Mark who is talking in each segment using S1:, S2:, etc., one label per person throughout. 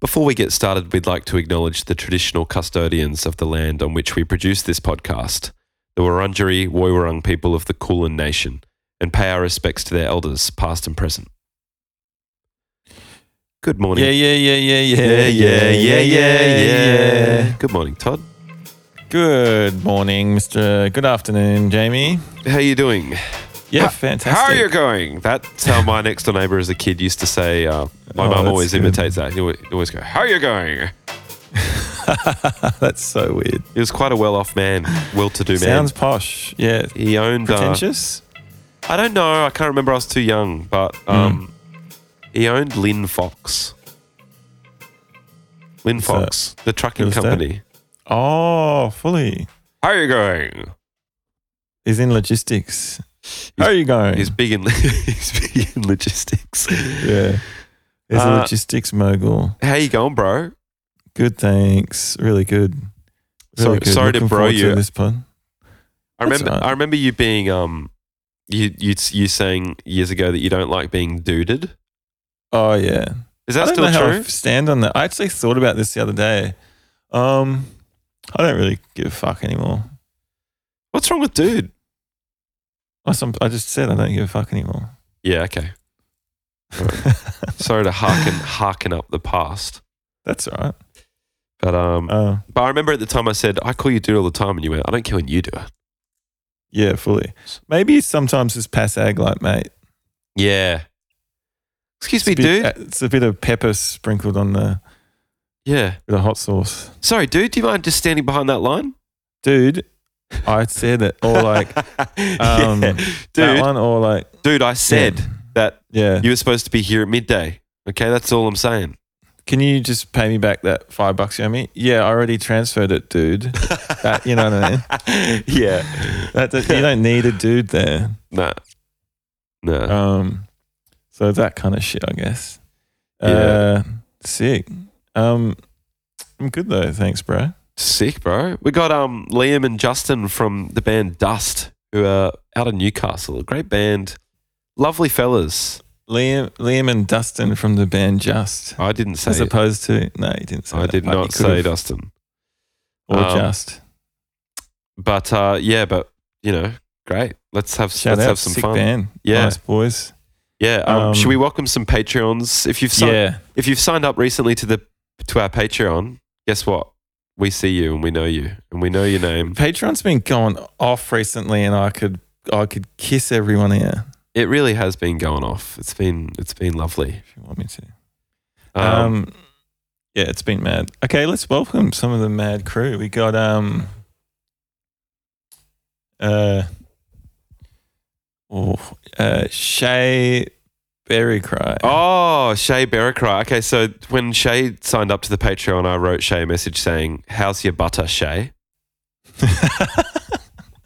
S1: Before we get started, we'd like to acknowledge the traditional custodians of the land on which we produce this podcast, the Wurundjeri Woiwurrung people of the Kulin Nation, and pay our respects to their elders, past and present. Good morning.
S2: Yeah, yeah, yeah, yeah,
S1: yeah, yeah, yeah, yeah, yeah. Good morning, Todd.
S2: Good morning, Mr. Good afternoon, Jamie.
S1: How you doing?
S2: Yeah,
S1: How-
S2: fantastic.
S1: How are you going? That's how my next door neighbor as a kid used to say. Uh, my
S2: Oh,
S1: mum
S2: that's
S1: always
S2: good.
S1: imitates that. He always, always go, "How are you going?"
S2: That's so weird.
S1: He was quite a well-off man, well-to-do
S2: Sounds posh. Yeah.
S1: man. He owned. Uh,
S2: Pretentious?
S1: I don't know. I can't remember. I was too young, but
S2: Hmm.
S1: um, he owned Lynn Fox. Lynn
S2: that?
S1: Fox, the trucking
S2: Who's that?
S1: company.
S2: Oh, fully.
S1: How are you going?
S2: He's in logistics. How are you going?
S1: He's big in he's big in logistics.
S2: yeah. He's
S1: Uh,
S2: a logistics mogul.
S1: How you going, bro?
S2: Good, thanks. Really good.
S1: Sorry- sorry to
S2: Looking
S1: bro
S2: forward to
S1: you.
S2: This pod.
S1: I
S2: That's
S1: remember.
S2: all right.
S1: I remember you being um, you you you saying years ago that you don't like being duded.
S2: Oh, yeah.
S1: Is that
S2: I don't
S1: still
S2: know how I
S1: true?
S2: f- stand on that. I actually thought about this the other day. Um, I don't really give a fuck anymore.
S1: What's wrong with dude?
S2: I, some, I just said I don't give a fuck anymore.
S1: Yeah. Okay. Sorry to harken harken up the past,
S2: That's all right.
S1: but um,
S2: Uh,
S1: but I remember at the time I said I call you dude all the time, and you went, I don't care when you do it.
S2: yeah, fully. Maybe sometimes it's pass ag like, mate.
S1: Yeah. Excuse
S2: It's a
S1: me,
S2: bit-
S1: dude.
S2: uh, It's a bit of pepper sprinkled on the,
S1: yeah.
S2: the hot sauce.
S1: Sorry, dude. Do you mind just standing behind that line?
S2: Dude, I said it. Or like
S1: Yeah.
S2: um, that
S1: dude,
S2: one, or like,
S1: dude. I said that
S2: yeah.
S1: you were supposed to be here at midday. Okay, that's all I'm saying.
S2: Can you just pay me back that five bucks you owe me? Yeah, I already transferred it, dude. That, you know what I mean?
S1: yeah.
S2: That, that- you don't need a dude there.
S1: No. No.
S2: Um, so that kind of shit, I guess.
S1: Yeah.
S2: Uh, sick. Um, I'm good though. Thanks, bro.
S1: Sick, bro. We got um Liam and Justin from the band Dust, who are out of Newcastle. A great band. Lovely fellas.
S2: Liam, Liam, and Dustin from the band Just,
S1: I didn't say
S2: as opposed to no, you didn't say.
S1: I
S2: that,
S1: did
S2: but you
S1: not
S2: could
S1: say
S2: have.
S1: Dustin.
S2: or
S1: um,
S2: Just.
S1: But uh yeah, but you know, great. Let's have
S2: Shout
S1: let's
S2: out,
S1: have some
S2: sick
S1: fun.
S2: band.
S1: Yeah.
S2: nice boys.
S1: Yeah. Um,
S2: Um,
S1: should we welcome some Patreons? If you've signed
S2: yeah,
S1: if you've signed up recently to the to our Patreon, guess what? We see you and we know you and we know your name.
S2: Patreon's been going off recently, and I could, I could kiss everyone here
S1: It really has been going off. It's been it's been lovely.
S2: if you want me to.
S1: Um,
S2: Um, yeah, it's been mad. Okay, let's welcome some of the mad crew. We got um, uh, oh, uh, Shay Berry Cry.
S1: Oh, Shay Beracry. Okay, so when Shay signed up to the Patreon, I wrote Shay a message saying, "How's your butter, Shay?"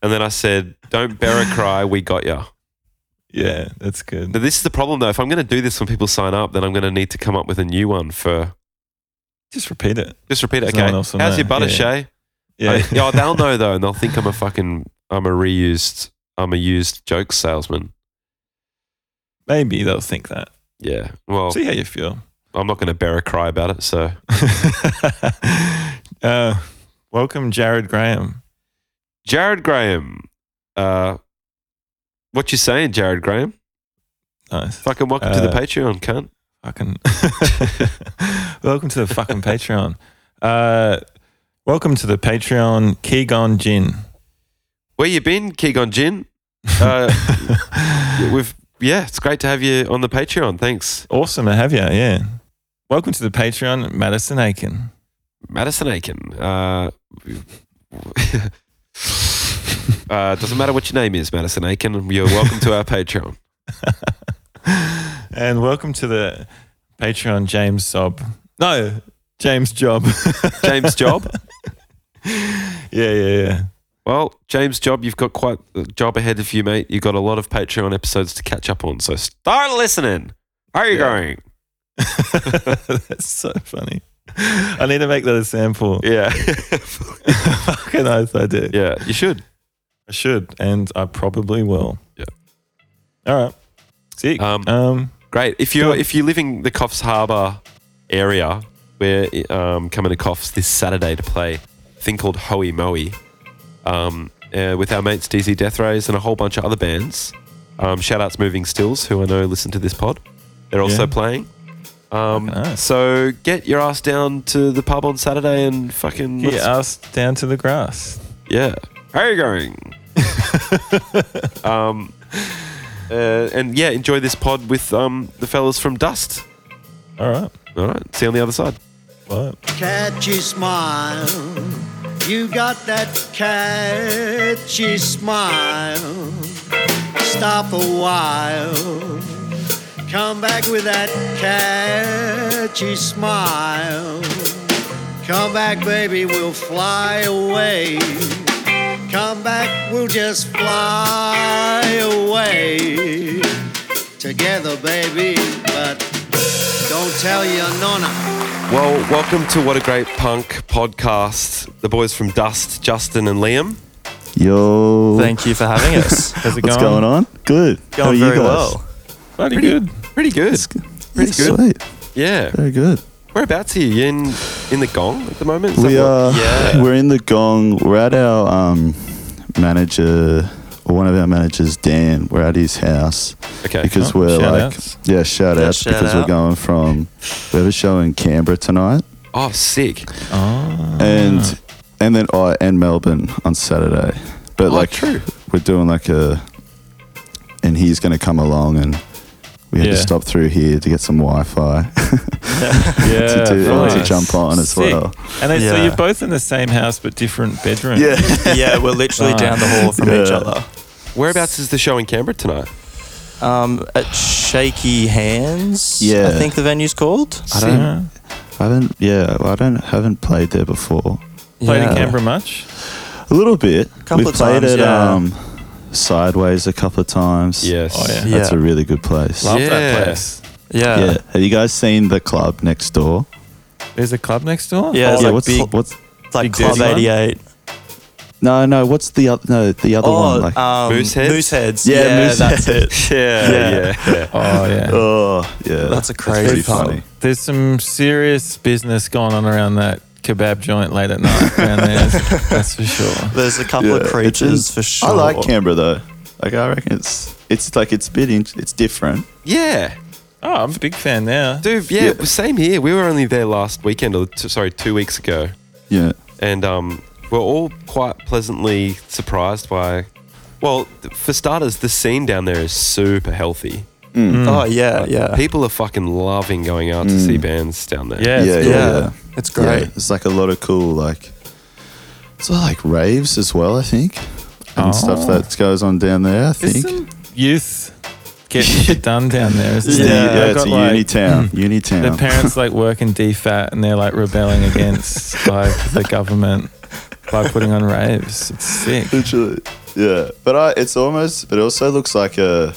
S1: And then I said, "Don't Beracry, we got ya."
S2: yeah, that's good.
S1: Now, this is the problem though. If I'm going to do this when people sign up, then I'm going to need to come up with a new one for.
S2: Just repeat it.
S1: Just repeat it.
S2: There's no
S1: Okay.
S2: one else
S1: How's
S2: on there.
S1: your butter,
S2: Yeah.
S1: Shay?
S2: Yeah,
S1: I- yeah, they'll know though, and they'll think I'm a fucking, I'm a reused, I'm a used joke salesman.
S2: maybe they'll think that.
S1: Yeah. Well,
S2: See how you feel.
S1: I'm not going to bear a cry about it. So
S2: uh, welcome, Jared Graham.
S1: Jared Graham, uh, what you saying, Jared Graham?
S2: Nice.
S1: Fucking welcome to the
S2: Uh,
S1: Patreon, cunt.
S2: Fucking welcome to the fucking Patreon. Uh, welcome to the Patreon, Keegon Jin.
S1: Where you been, Keegon Jin? Uh, we've yeah, it's great to have you on the Patreon. Thanks,
S2: awesome to have you. Yeah. Welcome to the Patreon, Madison Aiken.
S1: Madison Aiken. Uh, uh, doesn't matter what your name is, Madison Aiken. You're welcome to our Patreon.
S2: and welcome to the Patreon, James Sob. No, James Job.
S1: James Job.
S2: yeah, yeah, yeah.
S1: Well, James Job, you've got quite a job ahead of you, mate. You've got a lot of Patreon episodes to catch up on, so start listening. How are you
S2: Yeah.
S1: going?
S2: That's so funny. I need to make that a sample.
S1: Yeah,
S2: Fucking oath I do.
S1: yeah, you should.
S2: I should, and I probably will.
S1: Yeah.
S2: All right. Sick.
S1: Um,
S2: Um,
S1: Great. If you're
S2: Good.
S1: if you're living the Coffs Harbour area, We're um, coming to Coffs this Saturday to play a thing called Hoey Moey um, uh, with our mates DZ Death Rays and a whole bunch of other bands. Um, shout outs Moving Stills, who I know listen to this pod. They're also
S2: Yeah.
S1: playing. Um,
S2: Fucking nice.
S1: So get your ass down to the pub on Saturday and fucking
S2: Get
S1: let's-
S2: us down to the grass.
S1: yeah. How are you going? um, uh, and yeah, enjoy this pod with um, the fellas from Dust.
S2: All right.
S1: All right, see you on the other side.
S2: Well,
S3: catchy smile. You got that catchy smile. Stop a while. Come back with that catchy smile. Come back, baby, we'll fly away. Come back, we'll just fly away. Together, baby, but don't tell your nonna.
S1: Well, welcome to What a Great Punk podcast. The boys from Dust, Justin and Liam.
S4: Yo.
S5: Thank you for having us.
S2: how's it
S4: What's going on? Good. How are
S5: Going
S4: you
S5: very
S4: guys?
S5: well.
S2: Bloody good.
S1: Pretty good.
S4: Pretty
S1: good.
S4: Sweet.
S1: Yeah.
S4: Very good. Whereabouts
S1: Whereabouts are you in in the gong at the moment? Is
S4: We
S1: that what-
S4: are.
S1: Yeah.
S4: We're in the gong. We're at our um, manager, or one of our managers, Dan. We're at his house
S1: Okay.
S4: because
S2: Oh,
S4: we're
S2: shout
S4: like,
S2: outs.
S4: yeah, shout
S5: Yeah,
S4: outs
S5: shout
S4: because we're
S5: out.
S4: going from we have a show in Canberra tonight,
S1: oh, sick.
S4: Ah.
S2: Oh.
S4: and and then I and Melbourne on Saturday. But
S1: Oh,
S4: like,
S1: true.
S4: we're doing like a, and he's gonna come along, and we had to
S2: Yeah.
S4: stop through here to get some Wi-Fi.
S2: yeah,
S4: to, do, and to
S2: nice.
S4: jump on as
S2: Sick.
S4: well.
S2: And then, so
S5: Yeah.
S2: you're both in the same house but different bedrooms.
S5: yeah, we're literally
S2: Nice.
S5: down the hall from each
S4: Yeah.
S5: other.
S1: Whereabouts is the show in Canberra tonight?
S5: Um, at Shaky Hands,
S4: Yeah.
S5: I think the venue's called.
S4: I don't.
S2: Yeah.
S4: I haven't. Yeah, I don't. Haven't played there before.
S2: Played
S5: yeah.
S2: in Canberra much?
S4: A little bit.
S5: Couple
S4: We've
S5: of
S4: played
S5: times,
S4: it
S5: yeah.
S4: um, sideways a couple of times.
S1: Yes.
S2: Oh, yeah.
S4: that's
S5: Yeah.
S4: a really good place.
S2: Love
S1: Yeah.
S2: that place.
S5: Yeah.
S4: yeah. Have you guys seen the club next door?
S2: There's a club next door? Oh,
S5: Yeah, it's
S4: yeah.
S5: like
S4: what's
S5: big-
S4: what's
S5: It's
S2: Big
S5: like Club
S2: dirty one?
S5: 88.
S4: no no? What's the other no the other one
S5: Oh,
S4: like?
S5: um,
S1: Moose Heads?
S5: Mooseheads.
S4: Yeah,
S5: Yeah,
S4: Moose
S5: that's it.
S1: Yeah. Yeah.
S5: Yeah.
S1: yeah.
S2: Oh, yeah.
S4: oh yeah,
S5: That's
S4: That's
S5: a crazy
S4: pretty
S5: pub.
S4: funny.
S2: There's some serious business going on around that kebab joint late at night around there. That's for sure.
S5: There's a couple
S4: Yeah,
S5: of
S4: it's
S5: creatures
S4: in-
S5: for sure.
S4: I like Canberra though. Like I reckon it's it's like it's a bit in, it's different.
S1: Yeah.
S2: Oh, I'm a big fan now.
S1: Dude, yeah, same here. We were only there last weekend, or t- sorry, two weeks ago.
S4: Yeah.
S1: and um, we're all quite pleasantly surprised by. Well, th- for starters, the scene down there is super healthy.
S5: Oh yeah, yeah.
S1: People are fucking loving going out to see bands down there.
S2: Yeah, it's
S4: yeah,
S2: cool.
S5: yeah.
S4: yeah.
S5: It's great.
S4: Yeah, it's like a lot of cool like it's all like raves as well, I think. And stuff
S2: Oh.
S4: that goes on down there, I
S2: There's
S4: think.
S2: some youth getting shit done down there. Isn't
S4: It's
S2: there?
S4: the-
S5: Yeah,
S4: yeah,
S2: They've
S4: it's a
S2: got, like,
S4: uni town. uni
S2: The
S4: town.
S2: parents like work in DFAT and they're like rebelling against like the government by putting on raves. It's sick.
S4: Literally. Yeah. But I it's almost it also looks like a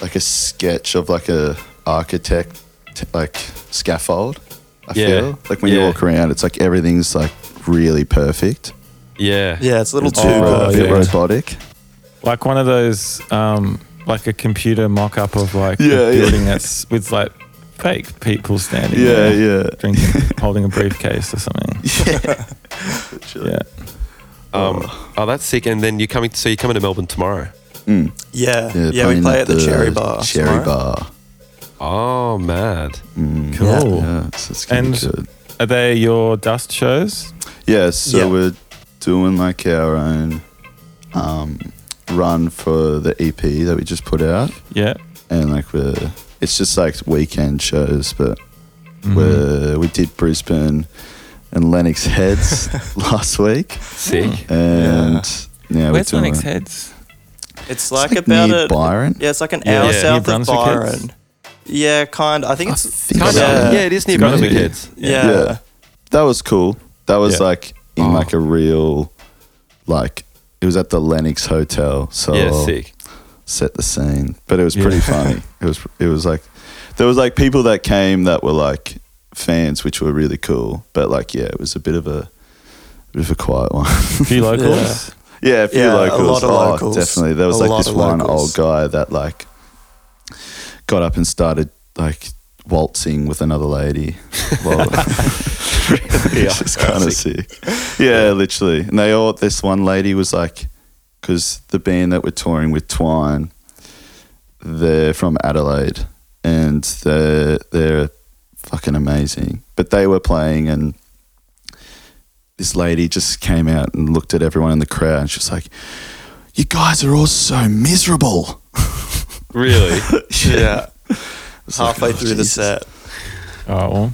S4: like a sketch of like a architect t- like scaffold. I
S1: Yeah.
S4: feel. Like when you
S1: Yeah.
S4: walk around it's like everything's like really perfect.
S1: Yeah.
S5: Yeah, it's a little
S4: It's
S5: too
S4: all, uh, a
S5: good.
S4: bit
S2: perfect.
S4: robotic.
S2: Like one of those, um, like a computer mock up of like
S4: Yeah,
S2: a
S4: yeah.
S2: building that's with like fake people standing
S4: Yeah,
S2: there
S4: yeah.
S2: drinking, holding a briefcase or something.
S4: Literally.
S2: Yeah.
S1: Um, oh, that's sick. And then you're coming. So you're coming to Melbourne tomorrow.
S4: Mm.
S5: Yeah,
S4: Yeah,
S5: yeah. we
S4: playing
S5: play at the, Cherry Bar.
S4: Cherry
S5: tomorrow.
S4: bar.
S1: Oh, mad.
S4: Mm.
S5: Cool.
S4: Yeah, so it's gonna be
S2: And-
S4: good.
S2: Are they your dust shows?
S4: Yeah, so
S5: Yeah.
S4: we're doing like our own um, run for the EP that we just put out,
S2: Yeah.
S4: and like we're it's just like weekend shows, but
S2: Mhm.
S4: we're we did Brisbane and Lennox Heads last week,
S1: Sick.
S4: and now
S2: Where's
S4: we're doing
S2: Lennox
S4: it-
S2: Heads?
S5: It's
S4: It's like,
S5: like, about
S4: near
S5: a
S4: Byron.
S5: yeah, it's like an
S1: Yeah.
S5: hour
S1: Yeah.
S5: south
S2: New
S5: of
S2: Brunswick
S5: Byron.
S2: Heads?
S5: Yeah, kind. I think
S4: I
S5: it's
S4: think
S1: Kind
S4: so.
S1: of.
S5: Yeah.
S1: Yeah, it is near
S2: Maybe.
S1: Brunswick Heads.
S5: yeah.
S4: Yeah. That was cool. That was
S2: Yeah.
S4: like in
S1: Oh.
S4: like a real like it was at the Lennox Hotel, so
S1: Yeah, sick.
S4: set the scene. But it was
S2: Yeah.
S4: pretty funny. It was it was like there was like people that came that were like fans, which were really cool. But like yeah, it was a bit of a bit of a quiet one.
S2: A few locals.
S4: yeah, a few
S5: Yeah, a
S4: locals.
S5: lot of
S4: Oh,
S5: locals.
S4: definitely. There was
S5: A
S4: like
S5: lot
S4: this
S5: of
S4: one
S5: locals.
S4: old guy that like got up and started like waltzing with another lady. Well, which is kind of sick. Yeah, literally. And they all, this one lady was like, because the band that we're touring with, Twine, they're from Adelaide and they're, they're fucking amazing. But they were playing and this lady just came out and looked at everyone in the crowd and she was like, You guys are all so miserable.
S1: Really?
S5: Yeah.
S4: It's like,
S5: Halfway
S4: "Oh,
S5: through
S4: Jesus."
S5: the set.
S2: Oh, well,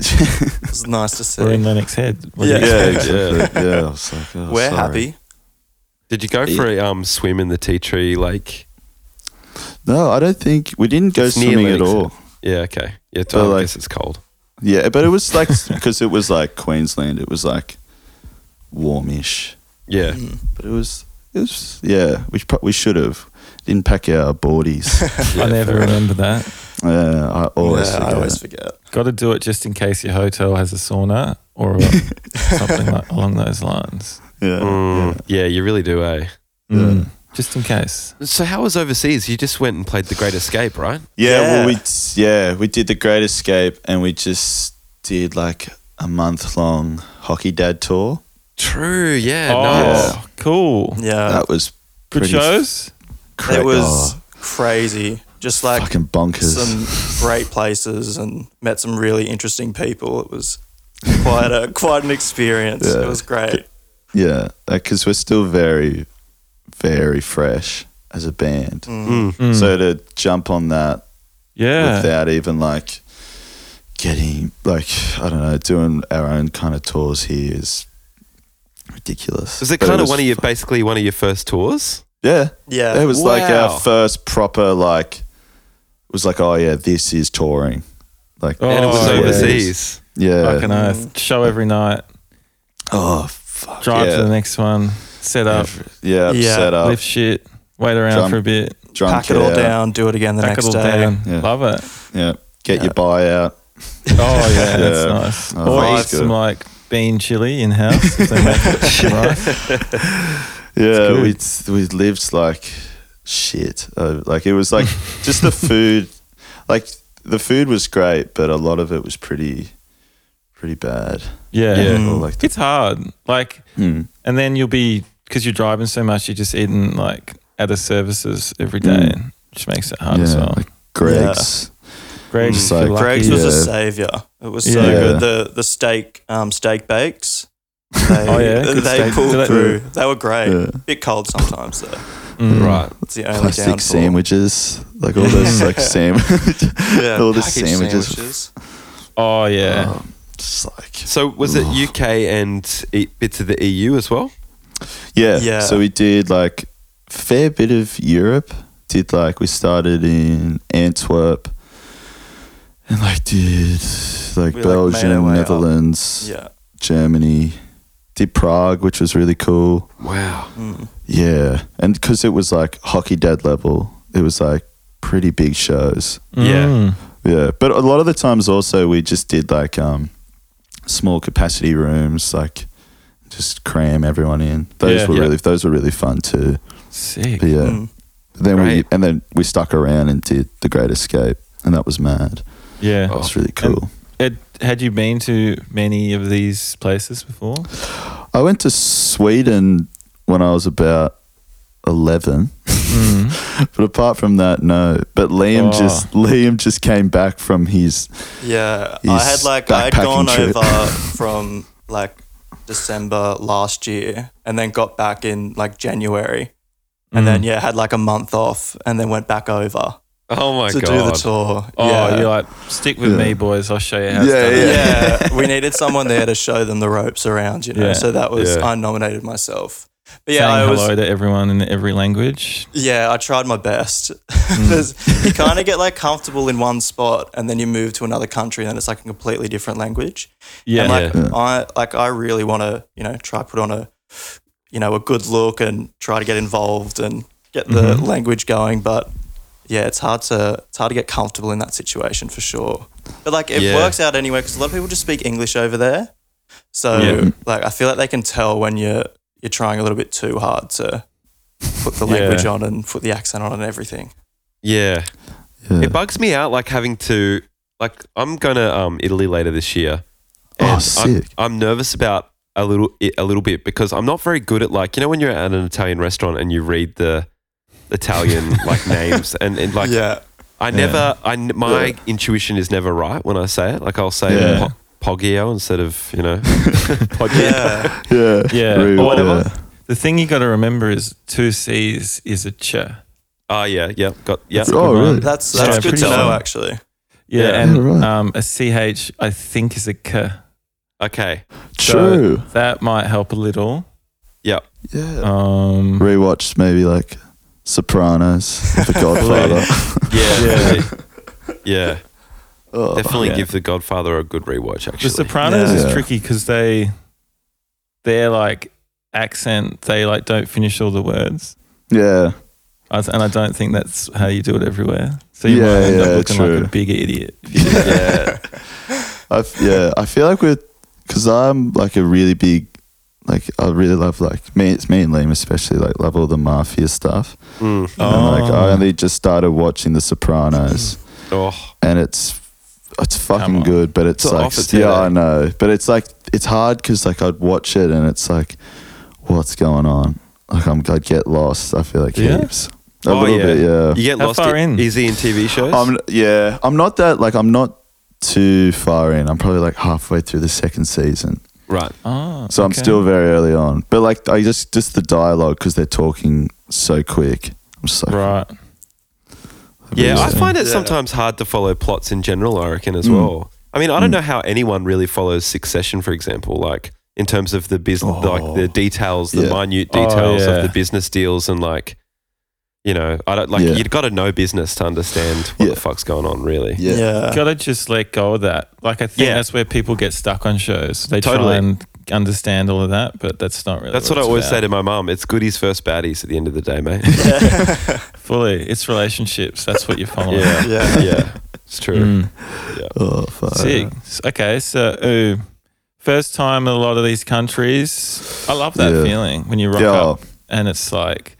S5: It was nice to see.
S2: we're in Lennox Head. What do
S5: Yeah.
S2: you-
S4: Yeah, exactly. yeah. I was like, "Oh,
S5: We're
S4: sorry."
S5: happy.
S1: Did you go for a um, swim in the Tea Tree Lake?
S4: No, I don't think we didn't go
S1: It's near
S4: swimming at
S1: Lennox.
S4: all.
S1: Yeah, okay. Yeah, totally. I
S4: like-
S1: guess it's cold.
S4: Yeah, but it was like because it was like Queensland. It was like warmish,
S1: Yeah.
S4: but it was it was yeah. We pro- we should have didn't pack our boardies.
S1: Yeah,
S2: I never
S1: fair enough.
S2: remember that.
S4: uh, I always
S5: yeah,
S4: forget.
S5: I always forget.
S2: Got to do it just in case your hotel has a sauna or something like, along those lines.
S4: Yeah,
S1: Mm, yeah, you really do, eh?
S2: Mm. Just in case.
S1: So how was overseas? You just went and played The Great Escape, right?
S4: yeah.
S5: Yeah.
S4: Well, we yeah we did the Great Escape and we just did like a month long hockey dad tour.
S1: True. Yeah.
S2: oh,
S1: Nice.
S4: nice.
S2: cool.
S1: Uh,
S5: Yeah.
S4: that was
S2: Good
S4: pretty
S2: shows.
S4: cra-
S5: it was
S4: oh,
S5: crazy. Just like
S4: fucking bonkers.
S5: some great places and met some really interesting people. It was quite a quite an experience.
S4: Yeah.
S5: It was great.
S4: Yeah, because we're still very, very fresh as a band.
S1: Mm.
S2: Mm.
S4: So to jump on that
S2: yeah.
S4: without even like getting like I don't know, doing our own kind of tours here is ridiculous.
S1: Was it
S4: But
S1: kind of
S4: was
S1: one of your
S4: fu-
S1: basically one of your first tours?
S4: yeah,
S5: Yeah.
S4: it was like
S1: Wow.
S4: our first proper like. It was like, oh yeah, this is touring. Like,
S2: Oh,
S1: and it was
S4: yeah.
S1: overseas.
S4: yeah.
S2: Fucking earth. Show every night.
S4: Oh fuck.
S2: Drive
S4: yeah.
S2: to the next one. Set up.
S4: yeah,
S5: Yeah.
S4: set up,
S2: Lift shit. Wait around
S4: Drum-
S2: for a bit.
S4: drunk
S5: Pack it all
S4: out.
S5: down, do it again the
S2: Pack
S5: next
S2: it all
S5: day.
S2: down.
S4: Yeah.
S2: Love it.
S4: Yeah, get
S5: Yeah.
S4: your buy out.
S2: Oh yeah, that's
S4: Yeah.
S2: nice.
S4: Oh,
S2: or
S4: that's
S2: eat some
S4: good.
S2: like bean chili in house. if they make it. Right.
S4: Yeah, we
S2: It's
S4: we lived like shit. Uh, like it was like just the food. Like the food was great, but a lot of it was pretty, pretty bad.
S2: Yeah.
S1: Yeah.
S4: Or like the,
S2: It's hard. Like,
S4: Mm.
S2: and then you'll be because you're driving so much, you're just eating like out of services every day, which makes it hard as
S4: Mm. Yeah,
S2: well.
S4: like Greg's.
S2: Greg's,
S4: just
S2: if you're
S4: like-
S2: lucky,
S5: Greg's was a
S4: Yeah.
S5: savior. It was so
S2: Yeah.
S5: good. The the steak um, steak bakes. They,
S2: Oh, yeah, good
S5: they
S2: steak.
S5: pulled
S2: Do that-
S5: through. They were great.
S4: Yeah.
S5: Bit cold sometimes though.
S2: Mm.
S1: Right.
S5: It's the only
S4: Plastic
S5: downfall.
S4: sandwiches, like all those like sandwich,
S5: Yeah,
S4: all the
S5: packaged
S4: sandwiches,
S5: sandwiches.
S2: Oh yeah.
S4: Oh, just like
S1: Uh, So was it UK and e- bits of the EU as well?
S4: Yeah.
S5: Yeah.
S4: So we did like fair bit of Europe. Did like we started in Antwerp and like did like
S5: We, like, made our
S4: Belgium,
S5: way up.
S4: Netherlands,
S5: Yeah.
S4: Germany. Did Prague, which was really cool.
S1: Wow.
S5: Mm.
S4: Yeah, and because it was like hockey dad level, it was like pretty big shows.
S1: Yeah.
S2: Mm.
S4: Yeah, but a lot of the times also we just did like um small capacity rooms, like just cram everyone in. Those
S2: Yeah.
S4: were
S1: Yeah.
S4: really those were really fun too.
S2: Sick.
S4: But yeah.
S5: Mm.
S4: Then
S1: Great.
S4: we and then we stuck around and did the Great Escape, and that was mad.
S2: Yeah.
S4: That was really cool.
S2: Ed, had you been to many of these places before?
S4: I went to Sweden when I was about eleven,
S2: Mm.
S4: but apart from that, no. But Liam
S2: Oh.
S4: just Liam just came back from his
S5: Yeah,
S4: His
S5: I had like I had
S4: backpacking
S5: gone
S4: trip.
S5: over from like December last year, and then got back in like January, and
S2: Mm.
S5: then
S2: Hmm.
S5: yeah, had like a month off, and then went back over
S1: Oh my
S5: to do the
S1: god.
S5: tour.
S2: Oh,
S5: yeah.
S2: you're like stick with
S4: Yeah.
S2: me, boys. I'll show you how.
S4: Yeah,
S2: it's done.
S5: yeah, we needed someone there to show them the ropes around, you know.
S2: Yeah.
S5: So that was
S1: Yeah.
S5: I nominated myself. But
S2: Saying
S5: yeah, I was
S2: hello to everyone in every language.
S5: Yeah, I tried my best.
S4: Hmm.
S5: 'Cause you kind of get like comfortable in one spot, and then you move to another country, and then it's like a completely different language.
S2: Yeah.
S5: and like
S1: Yeah.
S5: I like I really want to, you know, try put on a, you know, a good look and try to get involved and get the
S2: Mhm.
S5: language going. But yeah, it's hard to it's hard to get comfortable in that situation for sure. But like it
S1: Yeah.
S5: works out anyway because a lot of people just speak English over there, so
S2: Yeah.
S5: like I feel like they can tell when you're you're trying a little bit too hard to put the
S2: Yeah.
S5: language on and put the accent on and everything.
S1: Yeah.
S4: yeah,
S1: It bugs me out like having to Like I'm going to um, Italy later this year.
S4: Oh,
S1: And
S4: sick.
S1: I'm, I'm nervous about a little it- a little bit because I'm not very good at like you know when you're at an Italian restaurant and you read the Italian like names and, and like
S5: yeah.
S1: I never I n- my intuition is never right when I say it. Like I'll say
S4: Yeah.
S1: po- Poggio instead of you know Poggio.
S5: Yeah.
S4: Yeah.
S2: Yeah,
S4: Real,
S2: or whatever. The thing you got to remember is two C's is a ch. Yeah,
S1: Oh yeah, yeah, got yeah.
S4: That's a good Oh, really?
S5: That's
S2: Yeah,
S5: that's good
S2: pretty
S5: to know
S2: solid.
S5: actually.
S2: yeah
S1: Yeah.
S2: and
S4: Yeah, right.
S2: um, a ch I think is a k.
S1: Okay.
S4: True.
S2: So that might help a little.
S1: Yeah.
S4: yeah.
S2: Um,
S4: Rewatched maybe like Sopranos, The Godfather.
S1: Yeah. Yeah. yeah.
S4: Oh,
S1: Definitely
S2: yeah.
S1: give The Godfather a good rewatch
S2: the
S1: actually.
S2: Sopranos
S5: Yeah.
S2: is
S4: Yeah.
S2: tricky because they, they're like accent. They like don't finish all the words,
S4: Yeah.
S2: I th- and I don't think that's how you do it everywhere. So you
S4: Yeah,
S2: might end
S4: yeah,
S2: up looking
S4: true.
S2: like a big idiot.
S1: yeah.
S4: I f- yeah, I feel like we're because I'm like a really big like I really love like me it's me and Liam especially like love all the mafia stuff.
S1: Mm.
S4: And like I
S2: Oh.
S4: only just started watching The Sopranos
S1: Oh.
S4: and it's it's fucking
S2: on.
S4: good, but it's,
S1: It's on
S4: like
S1: offer today.
S4: yeah I know, but it's like it's hard because like I'd watch it and it's like what's going on? Like I'm I'd get lost. I feel like
S2: Yeah?
S4: heaps a
S1: oh,
S4: little
S1: yeah.
S4: bit yeah.
S1: You get
S2: How
S1: lost
S2: far
S1: e-
S2: in?
S1: easy in TV shows.
S4: I'm yeah. I'm not that like I'm not too far in. I'm probably like halfway through the second season,
S1: right.
S2: Oh,
S4: so I'm
S2: okay.
S4: still very early on. But like I just just the dialogue because they're talking so quick. I'm just like
S2: right.
S1: Yeah, I
S4: amazing.
S1: find it
S5: Yeah.
S1: sometimes hard to follow plots in general, I reckon, as
S4: Mm.
S1: well. I mean, I don't
S4: Mm.
S1: know how anyone really follows Succession, for example, like in terms of the business, like the details, the
S4: Oh. Yeah.
S1: minute
S2: Oh,
S1: details
S2: yeah.
S1: of the business deals, and like, you know, I don't like,
S4: Yeah.
S1: you've got to know business to understand what
S4: Yeah.
S1: the fuck's going on, really.
S4: yeah.
S2: gotta just let go of that. Like I think
S1: Yeah.
S2: that's where people get stuck on shows. They
S1: Totally.
S2: try and understand all of that, but that's not really.
S1: That's what I always say to my mum. It's goodies first baddies at the end of the day, mate.
S2: Fully, it's relationships. That's what you're following.
S1: yeah.
S5: Yeah.
S1: Yeah. It's true.
S2: Mm.
S4: Oh fuck.
S2: Sick. S- Okay, so ooh, first time in a lot of these countries. I love that
S4: Yeah.
S2: feeling when you rock
S4: Yeah.
S2: up and it's like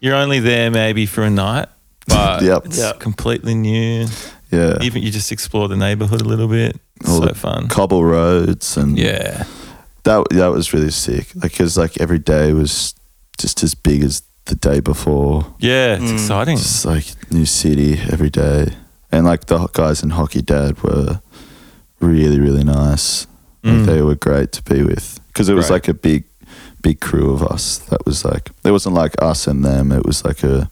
S2: you're only there maybe for a night, but
S4: Yep.
S2: it's
S5: Yeah.
S2: completely new.
S4: Yeah.
S2: Even you just explore the neighborhood a little bit. It's
S4: All
S2: so
S4: the
S2: fun.
S4: Cobble roads and
S2: yeah.
S4: that that was really sick. Like because like every day was just as big as the day before.
S2: Yeah, it's
S5: Mm.
S2: exciting.
S4: It's like new city every day, and like the ho- guys in Hockey Dad were really really nice. Like
S2: Mm.
S4: they were great to be with because it was
S1: Right.
S4: like a big, big crew of us. That was like it wasn't like us and them. It was like a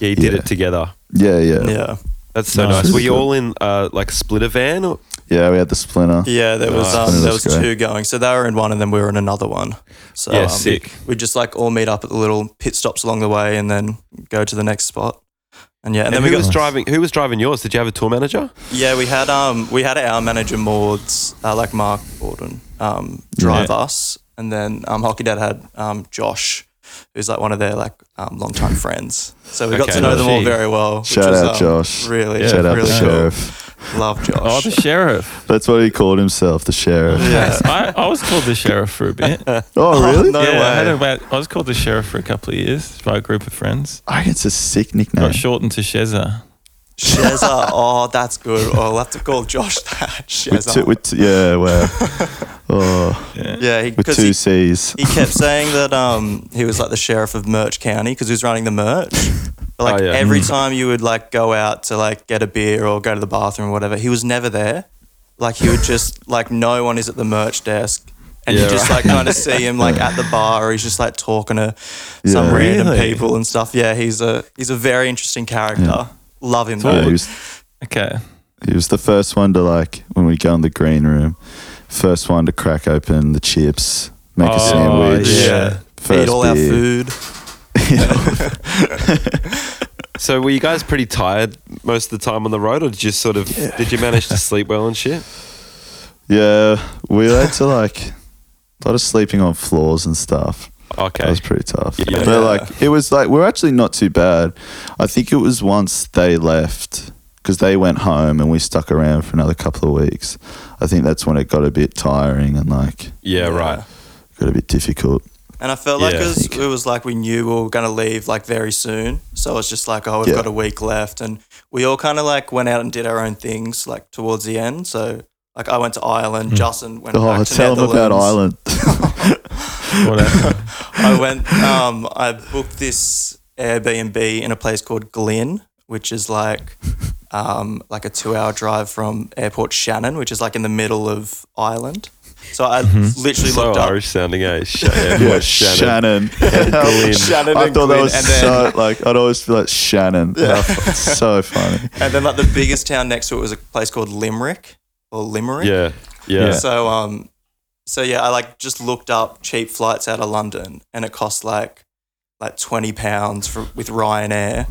S1: Yeah, you did
S4: Yeah.
S1: it together.
S4: yeah, yeah, yeah.
S5: Yeah.
S1: That's so
S2: Nice.
S1: nice. Were you all in uh, like a splitter van? Or?
S4: we had the splinter.
S5: Yeah, there was
S4: Nice.
S5: um, there was
S4: That's great.
S5: two going. So they were in one and then we were in another one.
S4: Oh,
S5: So
S1: Yeah,
S5: um,
S1: sick.
S5: we just like all meet up at the little pit stops along the way and then go to the next spot. And yeah, and,
S1: And,
S5: then we
S1: who
S5: got
S1: was driving? Who was driving yours? Did you have a tour manager?
S5: Yeah, we had um we had our manager Maud's uh, like Mark Borden um, drive
S2: Yeah.
S5: us, and then um, Hockey Dad had um, Josh, who's like one of their like um, longtime friends. So we got
S1: Okay.
S5: to know them all
S2: Gee.
S5: very well. which
S4: Shout
S5: was,
S4: out
S5: um,
S4: Josh.
S5: Really,
S2: Yeah,
S4: Shout out
S5: really
S4: the
S5: cool.
S4: sheriff.
S5: Love
S2: Oh, the
S5: Josh.
S2: sheriff.
S4: That's what he called himself, the sheriff.
S5: yeah.
S2: I, I was called the sheriff for a bit.
S4: Oh really?
S5: no
S2: yeah, I, had
S5: way.
S2: about, I was called the sheriff for a couple of years by a group of friends.
S4: I think it's a sick
S2: Got
S4: nickname.
S2: shortened to Shezza.
S5: Shezza. Oh, that's good. Oh, I'll have to call Josh that.
S4: With
S5: Shezza.
S4: two, with two, yeah, wow. oh,
S5: yeah, he-
S4: with
S5: 'cause
S4: two
S5: he,
S4: C's.
S5: he kept saying that um, he was like the sheriff of Merch County because he was running the merch. But like
S1: Oh, yeah.
S5: every time you would like go out to like get a beer or go to the bathroom or whatever, he was never there. Like he would just like no one is at the merch desk. And
S1: Yeah,
S5: you just
S1: right.
S5: like kind of see him like at the bar, or he's just like talking to
S4: Yeah.
S5: some random
S2: Really?
S5: people and stuff. Yeah, he's a he's a very interesting character. Love him
S4: Yeah,
S5: though.
S4: he was
S2: Okay.
S4: He was the first one to like when we go in the green room, first one to crack open the chips, make a
S2: Oh,
S4: sandwich,
S2: yeah.
S4: first
S5: Eat all our
S4: beer.
S5: food.
S1: So were you guys pretty tired most of the time on the road, or did you sort of did you manage to sleep well and shit?
S4: Yeah, we had to like a lot of sleeping on floors and stuff. That
S1: Okay,
S4: was pretty tough.
S1: Yeah.
S4: But like it was like we we're actually not too bad. I think it was once they left because they went home and we stuck around for another couple of weeks. I think that's when it got a bit tiring and like
S1: yeah, right.
S4: got a bit difficult.
S5: And I felt like
S1: Yeah.
S5: it was, it was like we knew we were going to leave like very soon. So it's just like, oh, we've
S4: Yeah.
S5: got a week left and we all kind of like went out and did our own things like towards the end. So like I went to Ireland,
S1: Mm.
S5: Justin went
S4: Oh,
S5: back to
S4: tell them about
S5: Netherlands.
S4: Ireland.
S2: Whatever.
S5: I went. Um, I booked this Airbnb in a place called Glynn, which is like, um, like a two-hour drive from Airport Shannon, which is like in the middle of Ireland. So I literally
S1: Mm-hmm. So
S5: looked up.
S1: Irish sounding, eh? Sh- yeah, yeah, Shannon.
S4: Shannon.
S5: Shannon
S4: I
S5: and
S4: thought that
S5: Glynn,
S4: was
S5: and
S4: so
S5: then-
S4: like I'd always feel like Shannon. How fu- so funny.
S5: And then like the biggest town next to it was a place called Limerick or Limerick.
S1: Yeah, yeah.
S2: Yeah.
S5: So um, so yeah, I like just looked up cheap flights out of London, and it cost like like twenty pounds for with Ryanair.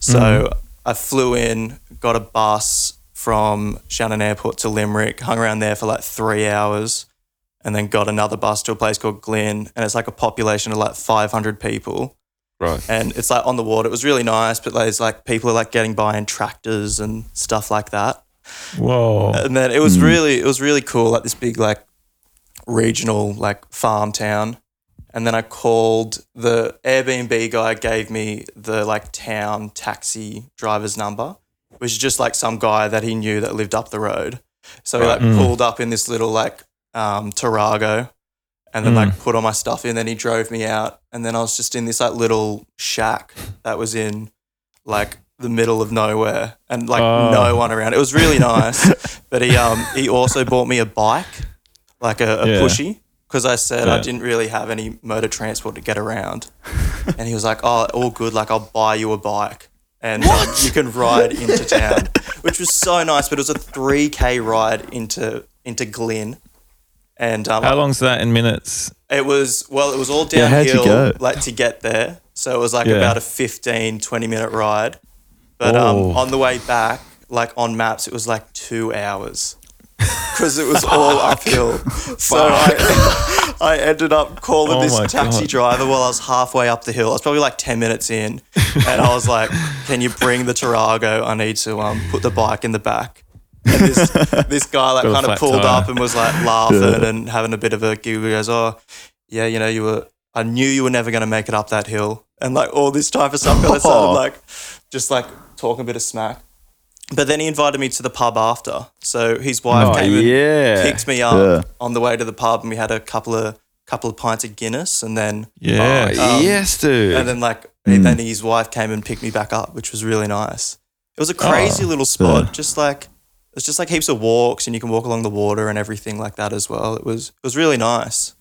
S5: So
S1: Mm-hmm.
S5: I flew in, got a bus from Shannon Airport to Limerick, hung around there for like three hours, and then got another bus to a place called Glynn, and it's like a population of like five hundred people.
S1: Right.
S5: And it's like on the water. It was really nice, but there's like people are like getting by in tractors and stuff like that
S2: Whoa.
S5: and then it was really it was really cool like this big like regional like farm town and then i called the airbnb guy gave me the like town taxi driver's number which is just like some guy that he knew that lived up the road so he like pulled up in this little like um tarago and then like put all my stuff in then he drove me out and then i was just in this like little shack that was in like the middle of nowhere and like
S2: Oh.
S5: no one around. It was really nice. but he um he also bought me a bike, like a, a
S2: Yeah.
S5: pushy, because I said I
S2: Yeah.
S5: didn't really have any motor transport to get around. and he was like, "Oh, all good. Like I'll buy you a bike." And um, you can ride into town, which was so nice. But it was a three k ride into into Glynn, and um,
S2: How long's that in minutes?
S5: it was, well, it was all
S4: Yeah, how'd you go?
S5: downhill, like to get there. So it was like
S2: Yeah.
S5: about a 15, 20 minute ride. But um,
S2: Oh.
S5: on the way back, like on maps, it was like two hours because it was all uphill. So I, I ended up calling
S2: Oh
S5: this
S2: my
S5: taxi
S2: God.
S5: driver while I was halfway up the hill. I was probably like 10 minutes in. And I was like, can you bring the Tarago? I need to um, put the bike in the back. And this, this guy like
S2: Got a
S5: kind
S2: flat
S5: of pulled
S2: tire.
S5: up and was like laughing and having a bit of a giggle. He goes, oh, yeah, you know, you were, I knew you were never going to make it up that hill. And like all this type of stuff. And I
S2: Oh.
S5: started like, just like talking a bit of smack. But then he invited me to the pub after. So his wife
S1: Oh,
S5: came and
S1: yeah.
S5: picked me up
S4: Yeah.
S5: on the way to the pub, and we had a couple of couple of pints of Guinness, and then
S2: Yeah.
S5: Um,
S1: Oh, yes, dude.
S5: and then like then his wife came and picked me back up, which was really nice. It was a crazy little spot, just like it's just like heaps of walks, and you can walk along the water and everything like that as well. It was it was really nice.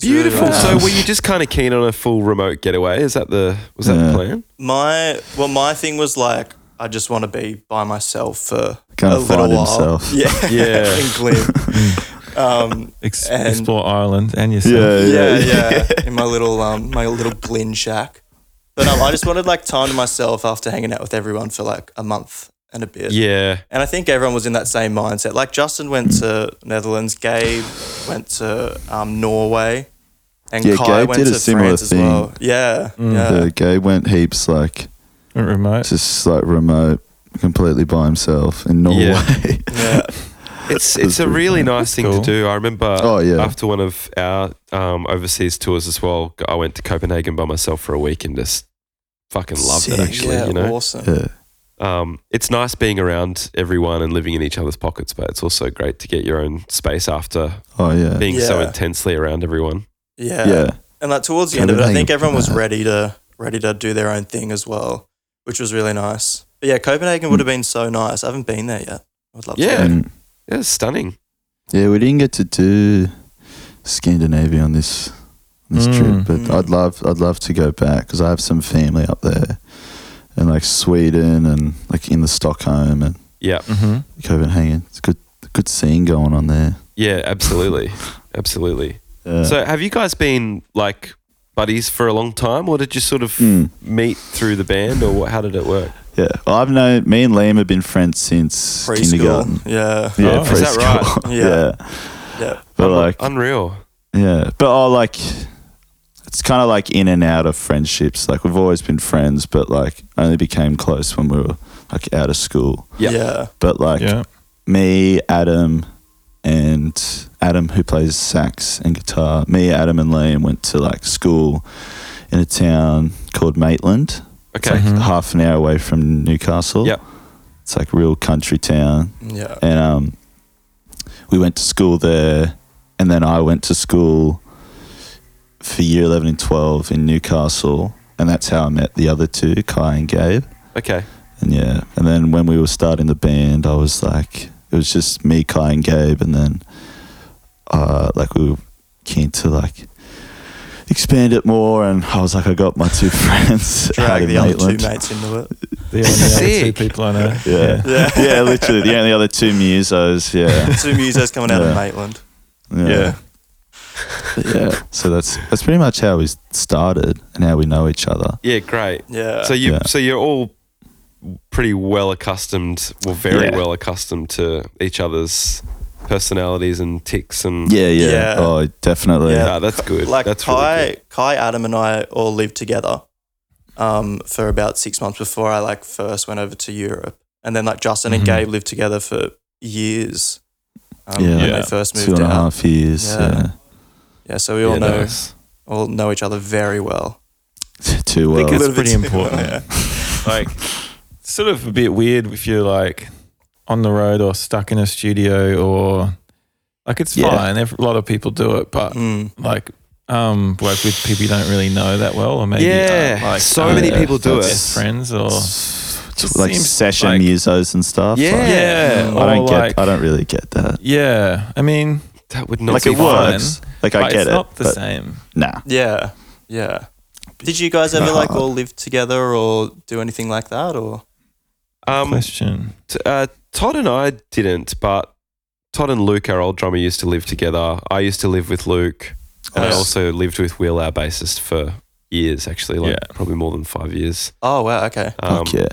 S5: It was really
S1: Beautiful.
S5: nice.
S1: So were you just kind of keen on a full remote getaway? Is that the was that the plan?
S5: my well, my thing was like I just want to be by myself for
S4: Kinda
S5: a little
S4: find
S5: while.
S4: himself.
S5: Yeah,
S1: Yeah.
S5: in Glen. um,
S2: Ex-
S5: and-
S2: explore Ireland and yourself.
S5: yeah, yeah. In my little um, my little Glyn shack. But um, I just wanted like time to myself after hanging out with everyone for like a month and a bit.
S1: Yeah.
S5: And I think everyone was in that same mindset. Like Justin went to Netherlands, Gabe went to um, Norway, and
S4: Yeah,
S5: Kai
S4: Gabe
S5: went
S4: did a
S5: to
S4: similar
S5: France
S4: thing.
S5: as well. Yeah, yeah.
S4: The Gabe went heaps like
S2: Remote.
S4: just like remote, completely by himself in Norway.
S1: Yeah.
S5: yeah.
S1: It's
S4: That's
S1: it's a
S4: pretty
S1: really
S4: cool.
S1: nice thing
S2: cool.
S1: to do. I remember
S4: Oh, yeah.
S1: after one of our um, overseas tours as well, I went to Copenhagen by myself for a week and just fucking loved it
S5: Sick,
S1: actually,
S5: yeah,
S1: you know.
S5: awesome.
S4: yeah.
S1: Um, it's nice being around everyone and living in each other's pockets, but it's also great to get your own space after
S4: Oh yeah.
S1: being so
S5: Yeah.
S1: intensely around everyone.
S5: Yeah.
S4: Yeah.
S5: And like towards the end of it, I
S4: Copenhagen,
S5: think everyone was
S4: yeah.
S5: ready to ready to do their own thing as well, which was really nice. But yeah, Copenhagen
S4: Mm.
S5: would have been so nice. I haven't been there yet. I would love
S1: Yeah.
S5: to. go.
S4: And,
S1: Yeah, it's stunning.
S4: yeah, we didn't get to do Scandinavia on this this
S2: Mm.
S4: trip, but
S5: Mm.
S4: I'd love I'd love to go back because I have some family up there, and like Sweden and like in the Stockholm and
S1: Yeah.
S2: Mm-hmm.
S4: Copenhagen. It's a good good scene going on there.
S1: Yeah, absolutely. absolutely.
S4: Yeah.
S1: So have you guys been like buddies for a long time or did you sort of
S4: Mm.
S1: meet through the band or what, how did it work?
S4: yeah, well, I've known me and Liam have been friends since kindergarten.
S5: Preschool. Yeah.
S4: Yeah,
S2: Oh, is
S4: preschool.
S1: that right?
S4: yeah.
S5: Yeah. Yeah.
S4: but
S1: Unre-
S4: like
S1: unreal.
S4: Yeah, but oh, like it's kind of like in and out of friendships. Like we've always been friends, but like only became close when we were like out of school.
S1: Yeah.
S5: Yeah.
S4: But like
S2: Yeah.
S4: me, Adam, and Adam who plays sax and guitar. Me, Adam, and Liam went to like school in a town called Maitland. It's
S1: Okay.
S4: like half an hour away from Newcastle.
S1: Yep.
S4: It's like real country town.
S5: Yeah.
S4: and um, we went to school there, and then I went to school for year eleven and twelve in Newcastle, and that's how I met the other two, Kai and Gabe.
S1: Okay.
S4: And yeah, and then when we were starting the band, I was like, it was just me, Kai, and Gabe, and then uh, like we were keen to like expand it more, and I was like, I got my two friends out
S5: Drag
S4: in
S5: the other
S4: Maitland.
S5: two mates into it.
S2: The only other two
S1: Sick.
S2: people I know.
S4: Yeah. yeah, literally the only other two musos. Yeah,
S5: Two musos coming out
S4: Yeah.
S5: of Maitland.
S4: yeah. yeah. So that's that's pretty much how we started and how we know each other.
S1: Yeah, great.
S5: Yeah.
S1: So you
S4: Yeah.
S1: so you're all pretty well accustomed, well very
S4: Yeah.
S1: well accustomed to each other's personalities and ticks and
S4: Yeah, yeah.
S5: Yeah.
S4: Oh, definitely.
S1: No, that's good.
S5: like
S1: that's really
S5: Kai,
S1: good.
S5: Kai, Adam, and I all lived together um, for about six months before I like first went over to Europe, and then like Justin
S2: Mhm.
S5: and Gabe lived together for years um,
S4: Yeah.
S5: when
S1: Yeah.
S5: they first
S4: Two
S5: moved
S4: and a
S5: out.
S4: half years.
S5: Yeah.
S4: Yeah.
S5: Yeah, so we all
S1: Yeah,
S5: know
S1: nice.
S5: all know each other very well.
S4: Too
S5: I think
S4: well.
S5: it's-
S2: That's
S5: little bit
S2: pretty
S5: too-
S2: important. Like, sort of a bit weird if you're like on the road or stuck in a studio or like it's
S4: Yeah.
S2: fine. If a lot of people do it, but
S5: Mm.
S2: like, um, work with people you don't really know that well, or maybe
S1: Yeah,
S2: aren't, like
S1: so
S2: um,
S1: many
S2: yeah,
S1: people do
S2: best
S1: it.
S2: friends or
S1: oh,
S4: It's
S2: It
S4: like
S2: seems
S4: session
S2: like-
S4: musos and stuff.
S1: Yeah.
S4: Like,
S2: yeah.
S5: Mm.
S2: or
S4: I don't get.
S2: like-
S4: I don't really get that.
S2: Yeah, I mean,
S1: That would not
S4: like
S1: be
S4: it
S1: fun.
S2: fine,
S4: works. Like I
S2: but
S4: get
S2: it's
S4: it.
S2: not the
S4: but
S2: same.
S4: Nah.
S5: Yeah, yeah. Did you guys ever
S4: Nah.
S5: like all live together or do anything like that? Or
S1: Um,
S2: Question.
S1: t- uh, Todd and I didn't, but Todd and Luke, our old drummer, used to live together. I used to live with Luke, and I
S5: Nice.
S1: also lived with Will, our bassist, for years actually, like
S2: Yeah.
S1: probably more than five years.
S5: oh wow, okay,
S1: Um,
S4: Fuck yeah.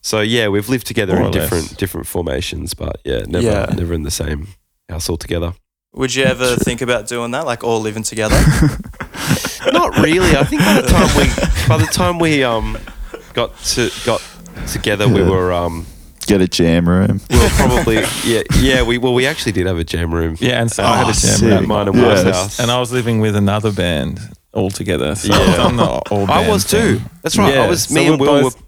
S1: So yeah, we've lived together
S2: More
S1: in
S2: or less.
S1: different different formations, but yeah, never
S5: Yeah.
S1: never in the same house altogether.
S5: would you ever think about doing that? Like all living together?
S1: Not really. I think by the time we by the time we um got to got together, we
S4: Yeah.
S1: were um
S4: Get a jam room.
S1: we were probably yeah yeah we well we actually did have a jam room
S2: Yeah, and so I
S1: Ah,
S2: had
S4: Oh,
S2: a jam
S4: sick.
S1: at
S2: room.
S1: mine and
S4: Yeah.
S1: Will's
S4: Yes.
S1: house,
S2: and I was living with another band altogether. So
S1: Yeah.
S2: I've done the all
S1: I
S2: band
S1: was too.
S2: thing.
S1: That's right. I
S2: Yeah,
S1: was
S2: so
S1: me and
S2: we're
S1: Will.
S2: both-
S1: were,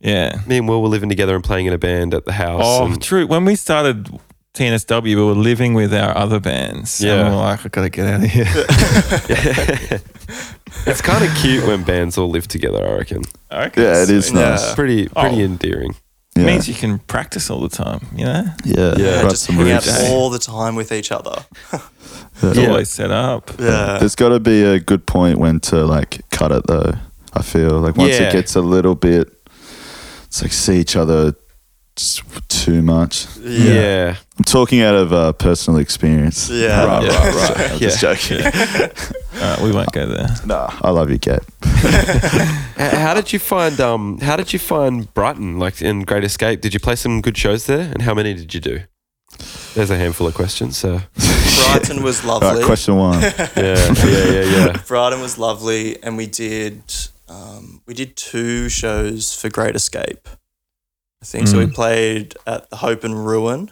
S2: Yeah.
S1: me and Will were living together and playing in a band at the house.
S2: Oh,
S1: and-
S2: true. When we started TNSW, we were living with our other bands. Yeah.
S1: Yeah.
S2: And we were like, I gotta get out of here.
S1: it's kind of cute when bands all live together. I reckon.
S2: okay,
S4: Yeah, it is
S2: sweet.
S4: nice.
S1: It's pretty pretty
S2: Oh.
S1: endearing.
S2: It
S4: Yeah.
S2: means you can practice all the time. You know,
S4: yeah.
S1: Yeah,
S5: yeah,
S4: Rub
S5: just
S4: some
S5: hang out
S4: roots.
S5: all the time with each other.
S2: it's
S1: Yeah.
S2: always set up.
S5: Yeah,
S4: There's got to be a good point when to like cut it though. I feel like once
S1: Yeah.
S4: it gets a little bit, it's like see each other just too much.
S1: Yeah.
S5: yeah,
S4: I'm talking out of uh, personal experience.
S5: Yeah.
S4: right,
S2: Yeah.
S4: right, right. I'm just joking.
S2: All right, Uh, we won't go there.
S4: Nah, I love you, Gabe.
S1: H- How did you find um How did you find Brighton? Like in Great Escape, did you play some good shows there? And how many did you do? There's a handful of questions. So
S5: Brighton was
S4: All
S5: lovely.
S4: right, question one.
S1: yeah, yeah, yeah, yeah.
S5: Brighton was lovely, and we did um, we did two shows for Great Escape. I think so. We
S2: Mm.
S5: played at the Hope and Ruin,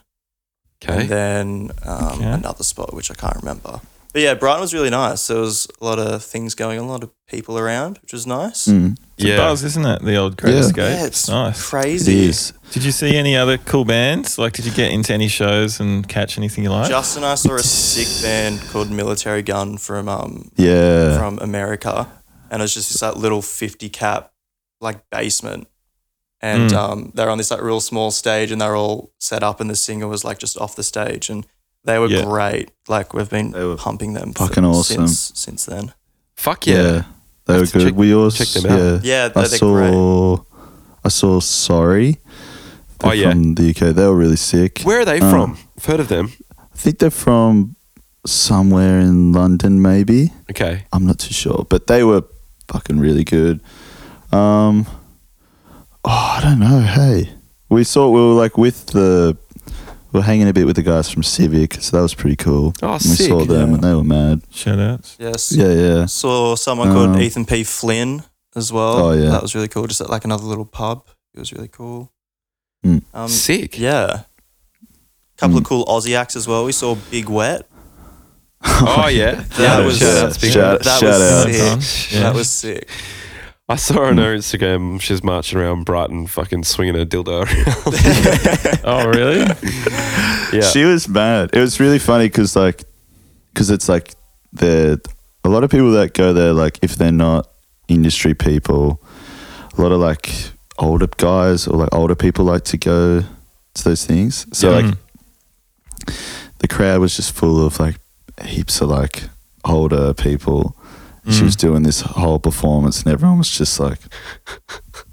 S5: and
S1: Okay.
S5: then um,
S2: Okay.
S5: another spot which I can't remember. But yeah, Brighton was really nice. There was a lot of things going on, a lot of people around, which was nice.
S4: Mm,
S2: It's a
S1: Yeah.
S2: buzz, isn't it? The old Great
S4: Yeah.
S2: Escape.
S5: Yeah,
S2: it's
S5: it's
S2: nice.
S4: it
S5: Crazy.
S4: is.
S2: Did you see any other cool bands? Like, did you get into any shows and catch anything you like?
S5: Justin, I saw a sick band called Military Gun from um,
S4: Yeah.
S5: from America, and it was just this like little fifty cap like basement, and
S2: Mm.
S5: um, they're on this like real small stage, and they're all set up, and the singer was like just off the stage, and they were
S2: Yeah.
S5: great. Like we've been
S4: They were
S5: pumping them
S4: fucking awesome.
S5: since since then.
S1: Fuck
S4: yeah.
S1: yeah.
S4: They
S1: Have
S4: were
S1: to
S4: good.
S1: check-
S4: we all
S1: check them out.
S4: Yeah.
S5: Yeah,
S4: I
S5: they're, they're great.
S4: saw. I saw. Sorry. They're
S1: Oh, yeah.
S4: From the UK, they were really sick.
S1: Where are they
S4: Um,
S1: from? I've heard of them.
S4: I think they're from somewhere in London, maybe.
S1: Okay.
S4: I'm not too sure, but they were fucking really good. Um, oh, I don't know. Hey, we saw we were like with the we were hanging a bit with the guys from Civic, so that was pretty cool.
S1: Oh,
S4: And we
S1: sick,
S4: saw them
S5: yeah.
S4: and they were mad.
S2: Shout outs.
S5: Yes.
S4: Yeah, yeah,
S5: Saw someone called
S4: Um,
S5: Ethan P. Flynn as well.
S4: Oh, yeah.
S5: That was really cool. Just at like another little pub. It was really cool.
S4: Mm.
S5: Um,
S1: Sick.
S5: yeah. Couple of
S4: Mm.
S5: cool Aussie acts as well. We saw Big Wet.
S1: Oh yeah.
S5: That was-
S4: shout
S5: that's
S4: out,
S5: big.
S4: shout,
S5: That
S4: shout
S5: was
S4: out.
S5: sick.
S2: Yeah.
S5: That was sick.
S1: I saw her on her Instagram. She's marching around Brighton, fucking swinging her dildo around.
S2: Oh, really?
S1: yeah.
S4: She was mad. It was really funny because like, because it's like the a lot of people that go there like if they're not industry people, a lot of like older guys or like older people like to go to those things. So like,
S2: Mm.
S4: the crowd was just full of like heaps of like older people.
S2: Mm.
S4: She was doing this whole performance, and everyone was just like,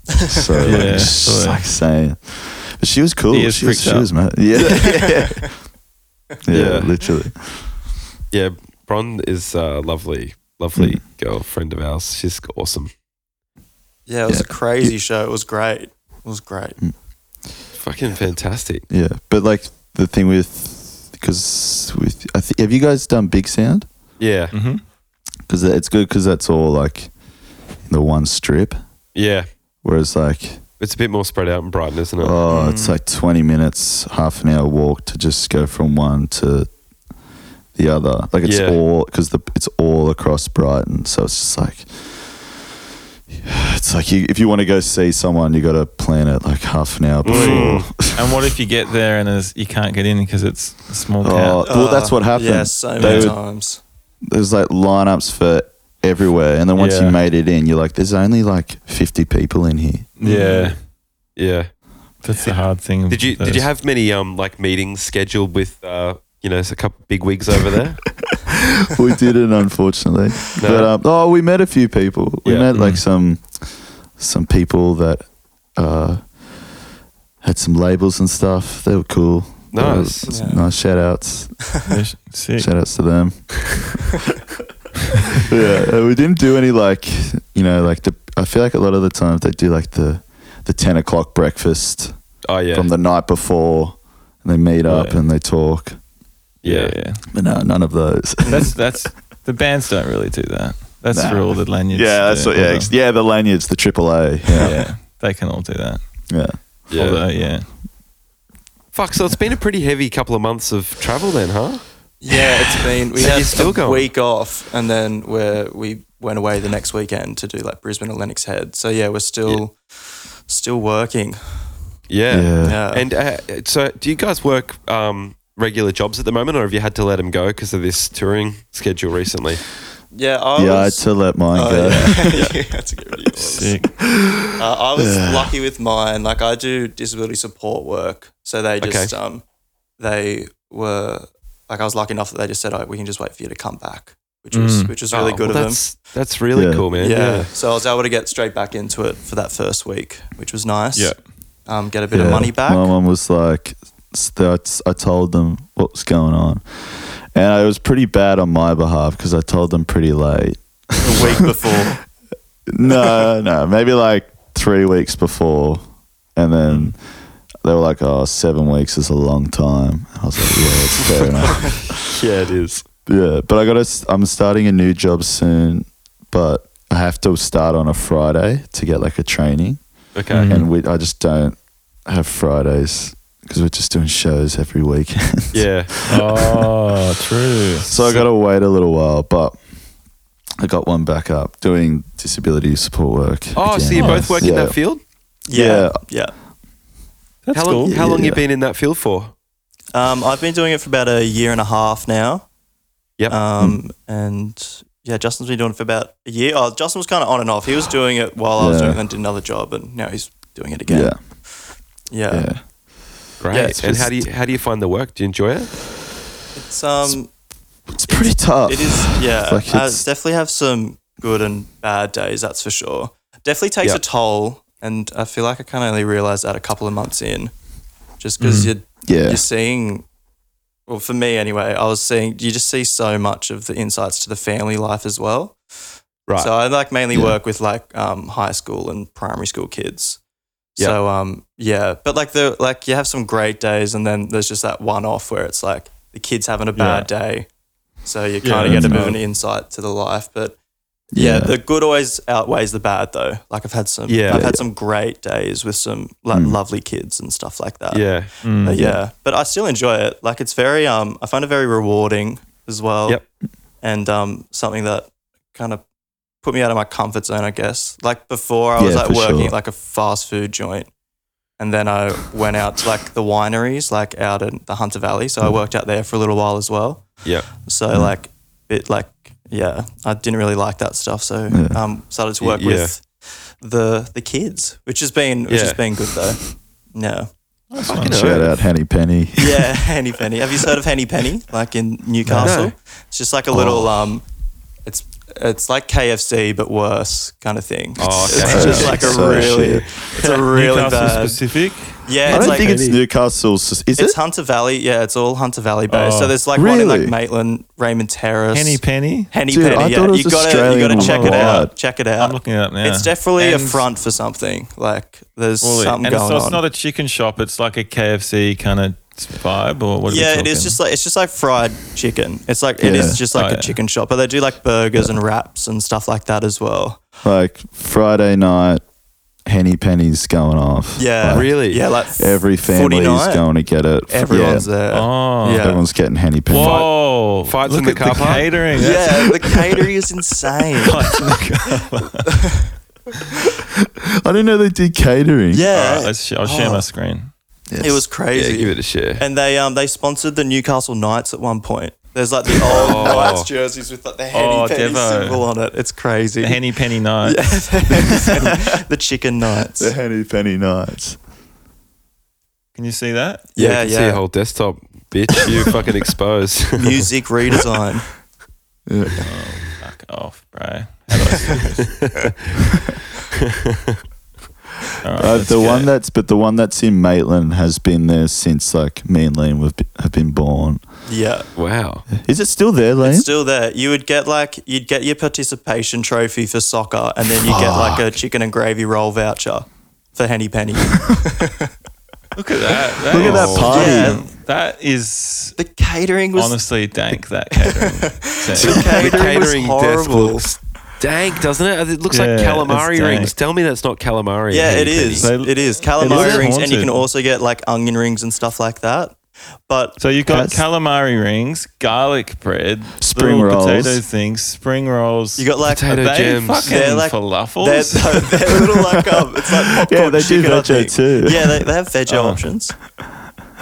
S4: so like,
S2: Yeah,
S4: just,
S2: sort of.
S4: like saying. But she was cool.
S2: He is
S4: She was,
S2: freaked
S4: she
S2: out.
S4: was mad. Yeah. yeah.
S1: Yeah.
S4: literally.
S1: yeah, Bron is a lovely, lovely girlfriend of ours. She's awesome.
S5: Yeah, it was
S4: Yeah.
S5: a crazy show. It was great. It was great.
S1: Fucking fantastic.
S4: Yeah. But like the thing with, because with, I th- have you guys done Big Sound?
S1: Yeah.
S2: Mm-hmm.
S4: Because it's good because that's all like the one strip.
S1: Yeah.
S4: Whereas like,
S1: It's a bit more spread out in Brighton, isn't it?
S4: oh, it's like 20 minutes, half an hour walk to just go from one to the other. Like it's
S1: Yeah.
S4: all, because the it's all across Brighton. So it's just like, it's like you, if you want to go see someone, you got to plan it like half an hour before.
S2: And what if you get there and there's, you can't get in because it's a small
S4: Oh,
S2: town?
S4: well, that's
S5: Uh,
S4: what happened.
S5: Yeah, so
S4: They
S5: many
S4: would-
S5: times.
S4: There's like lineups for everywhere, and then once
S2: Yeah.
S4: you made it in, you're like, there's only like 50 people in here.
S2: Yeah,
S1: Yeah.
S2: that's the hard thing.
S1: Did you did you have many um like meetings scheduled with uh you know a couple big wigs over there?
S4: we didn't, unfortunately.
S1: No.
S4: But um, oh, we met a few people. We
S1: Yeah.
S4: met like
S2: Mm.
S4: some some people that uh, had some labels and stuff. They were cool. They were
S1: Nice.
S4: some
S5: Yeah.
S4: nice shout outs.
S2: have? Sick.
S4: Shout outs to them. yeah, uh, we didn't do any like you know like the. I feel like a lot of the times they do like the the ten o'clock breakfast
S1: Oh yeah.
S4: from the night before, and they meet up
S2: Yeah.
S4: and they talk.
S1: yeah.
S2: yeah.
S4: But no, none of those.
S2: That's that's the bands don't really do that. That's
S4: Nah.
S2: for all the lanyards.
S4: Yeah, that's
S2: do,
S4: what, yeah,
S2: although-
S4: ex- yeah. The lanyards, the AAA.
S2: yeah.
S4: Yeah,
S2: They can all do that.
S4: yeah.
S1: Yeah.
S2: Although, yeah.
S1: Fuck. So it's been a pretty heavy couple of months of travel then, huh?
S5: Yeah, it's been we
S1: So
S5: had
S1: you're still
S5: a
S1: going?
S5: week off, and then where we went away the next weekend to do like Brisbane and Lennox Head. So yeah, we're still still working.
S1: Yeah.
S4: Yeah.
S5: Yeah,
S1: And uh, so, do you guys work um, regular jobs at the moment, or have you had to let them go because of this touring schedule recently?
S5: yeah, I
S4: yeah, I had
S5: was,
S4: to let mine
S5: Oh,
S4: go.
S5: yeah. yeah, that's a good idea.
S2: Sick.
S5: Uh, I was lucky with mine. Like I do disability support work, so they just um, they were like I was lucky enough that they just said, "Oh, we can just wait for you to come back," which was
S2: Mm.
S5: which was really
S1: Oh,
S5: good
S1: well,
S5: of them.
S1: that's, That's really
S4: Yeah.
S1: cool, man.
S5: Yeah.
S1: Yeah.
S5: So I was able to get straight back into it for that first week, which was nice.
S2: Yeah.
S5: Um, get a bit of
S4: Yeah.
S5: money back.
S4: My mum was like, s- that's- I told them what was going on, and I was pretty bad on my behalf because I told them pretty late.
S5: a week before.
S4: No, no, maybe like three weeks before, and then they were like, "Oh, seven weeks is a long time." I was like, "Yeah, it's fair enough."
S1: Yeah, it is.
S4: Yeah, but I got to. I'm starting a new job soon, but I have to start on a Friday to get like a training,
S1: Okay.
S5: Mm-hmm.
S2: Mhm.
S4: and we I just don't have Fridays because we're just doing shows every weekend.
S1: Yeah.
S2: Oh, true.
S4: so I got to wait a little while, but I got one back up doing disability support work.
S1: Oh, so you
S4: again.
S1: both work in
S4: Yeah.
S1: that field?
S5: Yeah. Yeah.
S2: That's
S1: how long,
S2: cool.
S1: How long
S4: Yeah.
S1: you been in that field for?
S5: Um, I've been doing it for about a year and a half now.
S1: Yep.
S5: Um, and yeah, Justin's been doing it for about a year. Oh, Justin was kind of on and off. He was doing it while I was
S4: Yeah.
S5: doing it and did another job, and now he's doing it
S4: Yeah,
S5: again.
S4: yeah,
S5: Yeah.
S4: yeah.
S1: Great.
S5: Yeah, it's
S1: and how
S4: just-
S1: do you how do you find the work? Do you enjoy it?
S5: It's um,
S4: It's pretty tough.
S5: it is. Yeah.
S4: Like
S5: I
S4: it's-
S5: definitely have some good and bad days. That's for sure. Definitely takes
S1: Yeah.
S5: a toll, and I feel like I kind of only realized that a couple of months in, just because you're
S4: Mm. Yeah,
S5: you're seeing well for me anyway i was seeing you just see so much of the insights to the family life as well
S1: Right.
S5: so i like mainly
S4: Yeah.
S5: work with like um, high school and primary school kids
S1: Yeah.
S5: so um yeah but like the like you have some great days and then there's just that one off where it's like the kids having a bad day so you
S2: Yeah,
S5: kind of get a
S4: that's
S5: bit of an
S2: right.
S5: insight to the life but yeah, the good always outweighs the bad though like i've had some
S1: Yeah.
S5: i've
S1: Yeah,
S5: had some great days with some like
S4: Mm.
S5: lovely kids and stuff like that
S1: yeah.
S2: Mm.
S5: but yeah. but I still enjoy it. Like it's very, um, I find it very rewarding as well.
S1: Yep.
S5: And um, something that kind of put me out of my comfort zone, I guess. Like before, I was
S4: Yeah,
S5: like
S4: for
S5: working
S4: sure.
S5: at like a fast food joint, and then I went out to like the wineries, like out in the Hunter Valley. So I worked out there for a little while as well.
S1: Yeah.
S5: So like bit like yeah, I didn't really like that stuff. So
S4: Yeah.
S5: um, started to
S1: Y-
S5: work
S1: yeah.
S5: with the the kids, which has been which
S1: Yeah.
S5: has been good though. No.
S1: Fucking
S4: Shout
S1: hell.
S4: out Henny Penny.
S5: Yeah, Henny Penny. Have you heard of Henny Penny? Like in Newcastle,
S1: No.
S5: it's just like a little
S4: Oh.
S5: um, it's it's like KFC but worse kind of thing.
S1: Oh,
S5: It's,
S1: okay.
S5: just like a
S4: So
S5: really,
S4: shit.
S5: it's a really
S2: Newcastle
S5: bad.
S2: specific.
S5: Yeah,
S4: I
S5: it's
S4: don't
S5: like
S4: think it's Newcastle's. Is
S5: it's
S4: it?
S5: Hunter Valley. Yeah, it's all Hunter Valley based.
S2: Oh,
S5: so there's like one in
S4: really?
S5: like Maitland, Raymond Terrace,
S2: Penny penny.
S5: Henny
S4: Dude,
S5: Penny.
S4: I
S5: yeah,
S4: thought it was
S5: you gotta you
S4: Australian
S5: gotta check it
S4: worldwide.
S5: out. Check it out.
S2: I'm looking it up now.
S5: It's definitely a
S2: And-
S5: front for something. Like there's
S2: Really?
S5: something
S2: and
S5: going
S2: so it's
S5: on.
S2: not a chicken shop. It's like a KFC kind of vibe, or what? Are we
S5: yeah, it
S2: talking?
S5: is just like it's just like fried chicken. It's like it
S4: Yeah.
S5: is just like
S2: Oh,
S5: a
S2: yeah.
S5: chicken shop, but they do like burgers and wraps and stuff like that as well.
S4: Like Friday night, Henny Penny's going off.
S5: Yeah,
S4: Like,
S1: Really?
S5: Yeah, like f-
S4: Oh, Every family
S5: 49.
S4: is going to get it.
S5: Everyone's
S4: yeah.
S5: there.
S2: Oh.
S5: yeah.
S4: Everyone's getting Henny Penny.
S2: Whoa!
S1: Fights
S2: Look
S1: in the
S2: at
S1: car park?
S2: catering. That's-
S5: yeah, the catering is insane.
S4: I didn't know they did catering.
S5: yeah,
S2: All right, let's sh- I'll share my screen.
S4: Yes.
S5: Oh, it was crazy.
S1: Yeah, give it a share.
S5: and they um they sponsored the Newcastle Knights at one point. There's like the old Knights jerseys with like the Henny
S2: Oh,
S5: Penny
S2: Devo.
S5: symbol on it. It's crazy.
S2: The henny penny night.
S5: the chicken Knights.
S4: the Henny Penny nights.
S2: Can you see that?
S5: Yeah,
S1: you can see a
S5: yeah.
S1: whole desktop, bitch. You fucking exposed.
S5: Music redesign.
S2: Fuck off, bro.
S4: Uh, the one that's but the one that's in Maitland has been there since like me and Liam have been, have been born.
S5: Yeah.
S1: wow.
S4: Is it still there, Liam?
S5: It's still there. You would get like you'd get your participation trophy for soccer, and then you get like a chicken and gravy roll voucher for Henny Penny.
S2: Look at that.
S4: Look at that
S2: is-
S4: party.
S5: Oh, yeah,
S2: That is
S5: the catering was
S2: honestly dank. That catering.
S5: the
S2: So-
S5: catering, was
S1: desk
S5: horrible.
S1: looks dank, doesn't it? It looks
S2: Yeah,
S1: like
S2: it's
S1: calamari
S2: dank.
S1: rings. Tell me that's not calamari.
S5: yeah, it
S1: Henny
S5: is.
S1: Penny.
S2: They-
S5: it is
S2: looks
S5: calamari rings, and you
S2: haunted.
S5: can also get like onion rings and stuff like that. But
S2: So you've got
S4: That's-
S2: calamari rings, garlic bread,
S4: Spring
S2: little potato
S4: rolls.
S2: things, spring rolls.
S5: you got like
S2: Are
S1: Potato
S2: they
S1: gems.
S2: fucking
S5: They're like- they're,
S2: falafels?
S5: they're, little like um, it's like popcorn
S4: they do
S5: chicken, I
S4: veggie
S5: think.
S4: too.
S5: Yeah, they, they have veggie
S2: Oh.
S5: options.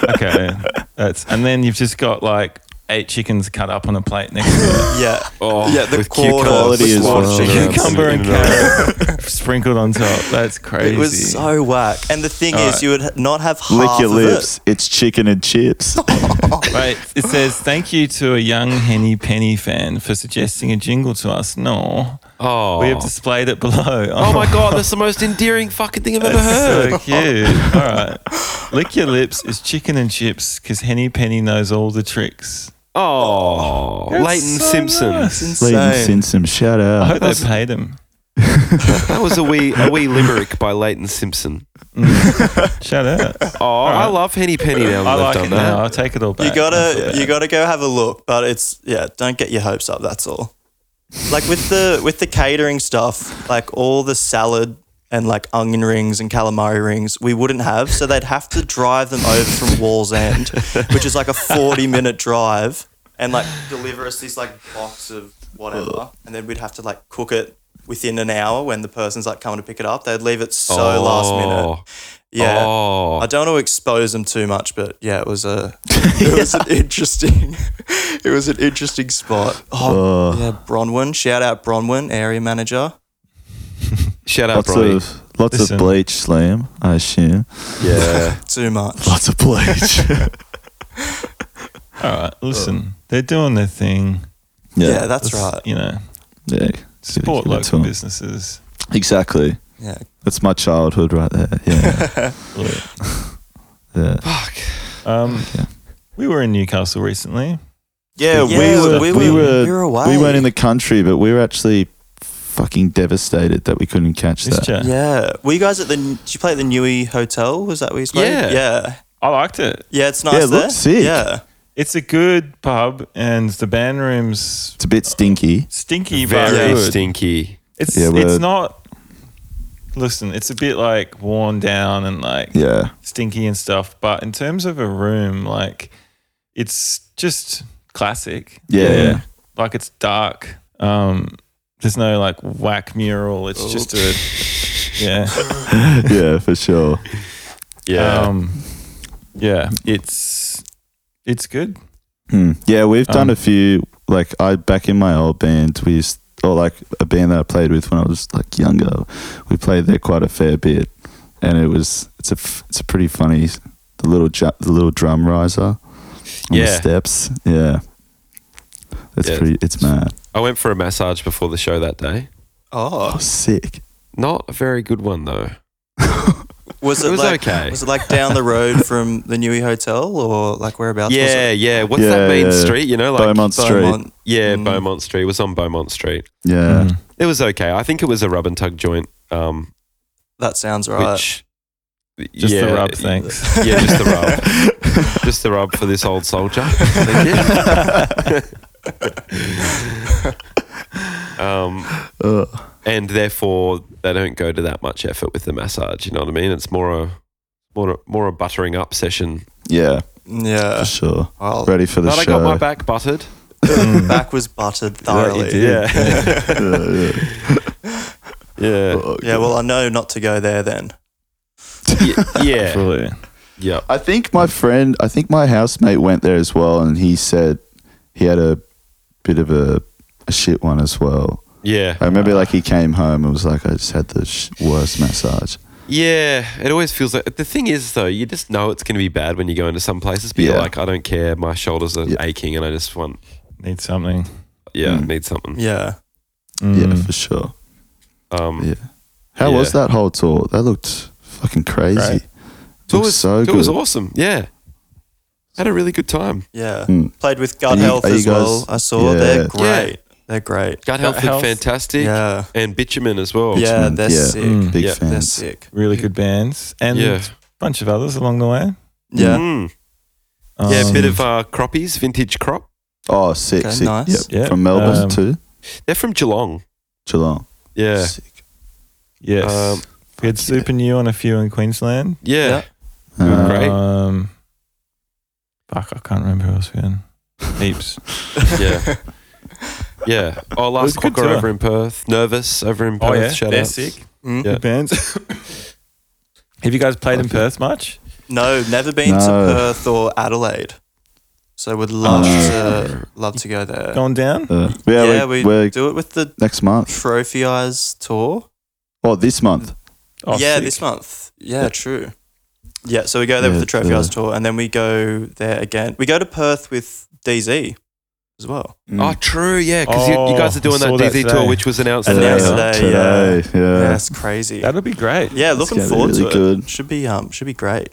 S2: okay, that's and then you've just got like eight chickens cut up on a plate next to
S5: Yeah,
S1: Oh,
S5: yeah, the
S1: with
S5: quarter,
S4: quality
S5: the
S4: as
S5: quarter
S4: well.
S2: it.
S5: chicken.
S1: Chicken.
S2: cucumber and
S1: In and out.
S2: carrot sprinkled on top. That's crazy.
S5: It was so whack. And the thing is,
S2: Alright.
S5: you would h- not have half
S4: Lick your
S5: of
S4: lips. It's chicken and chips.
S2: Wait, it says thank you to a young Henny Penny fan for suggesting a jingle to us. No,
S1: Oh.
S2: we have displayed it below.
S1: oh my god, that's the most endearing fucking thing I've ever heard.
S2: So cute. All right. Lick your lips is chicken and chips because Henny Penny knows all the tricks.
S1: Oh,
S2: That's
S1: Leighton
S2: so
S1: Simpson.
S2: nice.
S5: It's
S4: Liam
S5: insane.
S4: Simpson, shout
S2: I
S4: out.
S2: hope they paid him.
S1: That was a wee a wee limerick by Leighton Simpson.
S2: Shout out.
S1: Oh, I love Henny Penny now that
S2: I
S1: I've
S2: like
S1: done
S2: it
S1: that.
S2: now. I'll take it all back.
S5: You gotta you gotta go have a look, but it's yeah, don't get your hopes up, that's all. Like with the with the catering stuff, like all the salad and like onion rings and calamari rings, we wouldn't have, so they'd have to drive them over from Wall's End, which is like a forty minute drive, and like deliver us this like box of whatever, and then we'd have to like cook it within an hour when the person's like coming to pick it up. They'd leave it so last minute. Yeah.
S1: Oh.
S5: I don't want to expose them too much, but yeah, it was a it was an interesting it was an interesting spot. Oh, yeah, Bronwyn, shout out Bronwyn, area manager.
S1: Shout out,
S4: Lots
S1: Bronny.
S4: of lots
S2: Listen.
S4: of bleach, Liam. I assume
S1: yeah.
S5: Too much.
S4: lots of bleach.
S2: All right. Listen, they're doing their thing.
S5: Yeah, that's
S2: Let's,
S5: right.
S2: You know,
S4: yeah.
S2: support
S4: Give it to
S2: local
S4: 'em.
S2: businesses.
S4: Exactly.
S5: Yeah.
S4: That's my childhood right there. Yeah.
S2: Look,
S4: yeah.
S1: Fuck.
S2: Um, We were in Newcastle recently.
S4: Yeah, we, were, we, were,
S5: we were away.
S4: we weren't in the country, but we were actually fucking devastated that we couldn't catch
S2: This
S4: that.
S2: chat.
S5: Yeah. Were you guys at the did you play at the Newey Hotel? Was that where you played?
S1: Yeah.
S5: Yeah.
S2: I liked it.
S5: Yeah, it's nice
S4: Yeah, it
S5: there.
S4: looks sick.
S5: Yeah.
S2: It's a good pub, and the band room's
S4: It's a bit stinky.
S2: stinky,
S1: Very
S2: but good.
S1: stinky.
S2: It's
S4: Yeah,
S2: it's
S4: we're-
S2: not. Listen, it's a bit like worn down and like
S4: Yeah.
S2: stinky and stuff. But in terms of a room, like it's just classic.
S4: Yeah.
S2: Like it's dark. Um, There's no like whack mural. It's just a yeah,
S4: yeah, for sure.
S1: Yeah.
S2: um, yeah. It's it's good.
S4: Hmm. Yeah, we've done
S2: Um,
S4: a few. Like I back in my old band, we used or like a band that I played with when I was like younger. We played there quite a fair bit, and it was it's a f- it's a pretty funny the little ju- the little drum riser. On
S1: Yeah.
S4: The steps. Yeah. That's
S1: Yeah.
S4: pretty. It's mad.
S1: I went for a massage before the show that day.
S5: Oh,
S4: Oh, sick.
S1: Not a very good one though.
S5: was it,
S1: It was
S5: like
S1: okay.
S5: was it like down the road from the Newey Hotel or like whereabouts? was
S1: Yeah,
S5: it?
S1: yeah. What's
S4: Yeah,
S1: that main
S4: yeah.
S1: street? You know, like
S4: Beaumont Street.
S5: Beaumont.
S1: yeah,
S5: Mm.
S1: Beaumont Street. It was on Beaumont Street.
S4: Yeah.
S2: Mm.
S1: It was okay. I think it was a rub and tug joint. Um,
S5: That sounds right.
S1: which
S2: Just
S1: yeah,
S2: the rub, thanks.
S1: Mm-hmm. Yeah, just the rub. just the rub for this old soldier. Thank you. um,
S4: Ugh.
S1: and therefore they don't go to that much effort with the massage. You know what I mean? It's more a more a, more a buttering up session.
S4: Yeah.
S5: yeah.
S4: For sure.
S5: Well,
S4: Ready for the
S1: but Uh, I
S4: show.
S1: got my back buttered.
S4: Mm.
S5: back was buttered thoroughly.
S1: Yeah.
S4: Oh,
S5: Yeah, well, I know not to go there then.
S1: yeah. Yeah.
S2: Absolutely.
S1: Yeah.
S4: I think my friend, I think my housemate went there as well, and he said he had a bit of a, a shit one as well.
S1: Yeah.
S4: I remember like he came home and was like, I just had the sh- worst massage.
S1: Yeah, it always feels like the thing is though, you just know it's going to be bad when you go into some places. But you're
S4: Yeah.
S1: like, I don't care. My shoulders are
S4: Yeah.
S1: aching, and I just want,
S2: Need something.
S1: yeah,
S4: Mm.
S1: need something.
S5: Yeah.
S4: Yeah,
S2: Mm.
S4: for sure.
S1: Um,
S4: Yeah. How was
S1: Yeah.
S4: that whole tour? That looked fucking crazy.
S2: Great.
S1: It
S4: Looked
S1: was
S4: so
S1: it
S4: good.
S1: was awesome. Yeah, had a really good time.
S5: Yeah.
S4: Mm.
S5: Played with Gut
S4: Are you-
S5: Health
S4: are you
S5: as well.
S4: guys-
S5: I saw
S4: Yeah.
S5: they're
S4: Yeah.
S5: great. They're great.
S1: Gut health,
S2: health.
S1: is fantastic,
S5: Yeah.
S1: and bitumen as well.
S5: Yeah,
S4: Richmond,
S5: they're
S4: yeah.
S5: sick.
S2: Mm.
S4: Big
S1: Yeah,
S5: They're
S4: fans.
S5: sick.
S2: Really good bands and
S1: Yeah.
S2: bunch of others along the way.
S5: Yeah.
S1: Mm. yeah, a
S2: Um,
S1: bit of uh, croppies, vintage crop.
S4: Oh, sick,
S5: Okay,
S4: sick.
S5: nice.
S4: Yep.
S2: Yeah,
S4: From Melbourne
S2: um,
S4: to
S1: They're from Geelong.
S4: Geelong.
S1: Yeah,
S4: Sick.
S2: Yes.
S1: Um,
S2: we had Super New on a few in Queensland.
S1: yeah.
S5: Yeah.
S4: Uh,
S1: Great.
S2: Um, fuck, I can't remember who else we had. Heaps.
S1: Yeah. Yeah. Oh,
S2: was
S1: last
S2: a good
S1: Quacker
S2: tour.
S1: over in Perth. Nervous over in Perth. Shout
S2: they're
S1: outs.
S2: sick.
S5: Mm.
S1: Yeah.
S2: Good bands. Have you guys played in
S4: Fuck yeah.
S2: Perth much?
S5: No, never been to
S4: No.
S5: Perth or Adelaide. So would love to love to go there.
S2: Gone down?
S4: uh, yeah,
S5: yeah,
S4: we,
S5: we,
S4: we're
S5: do it with the
S4: next month.
S5: Trophy Eyes tour.
S4: Oh, this month.
S2: Oh,
S5: yeah,
S2: sick.
S5: this month. Yeah, true. Yeah, so we go there with
S4: Yeah,
S5: the Trophy
S4: yeah.
S5: Eyes tour, and then we go there again. We go to Perth with DZ as well.
S4: Mm.
S1: Oh, true. Yeah, because you, you guys
S2: Oh,
S1: are doing
S2: I
S1: that
S2: saw that
S1: DZ
S2: today.
S1: tour, which was announced
S5: And
S1: today.
S5: now today. yeah.
S4: Uh, yeah.
S5: Yeah,
S4: yeah.
S5: that's crazy.
S2: That'll be great.
S5: yeah, looking
S4: gonna be
S5: forward
S4: really
S5: to
S4: good.
S5: it. Should be um, should be great.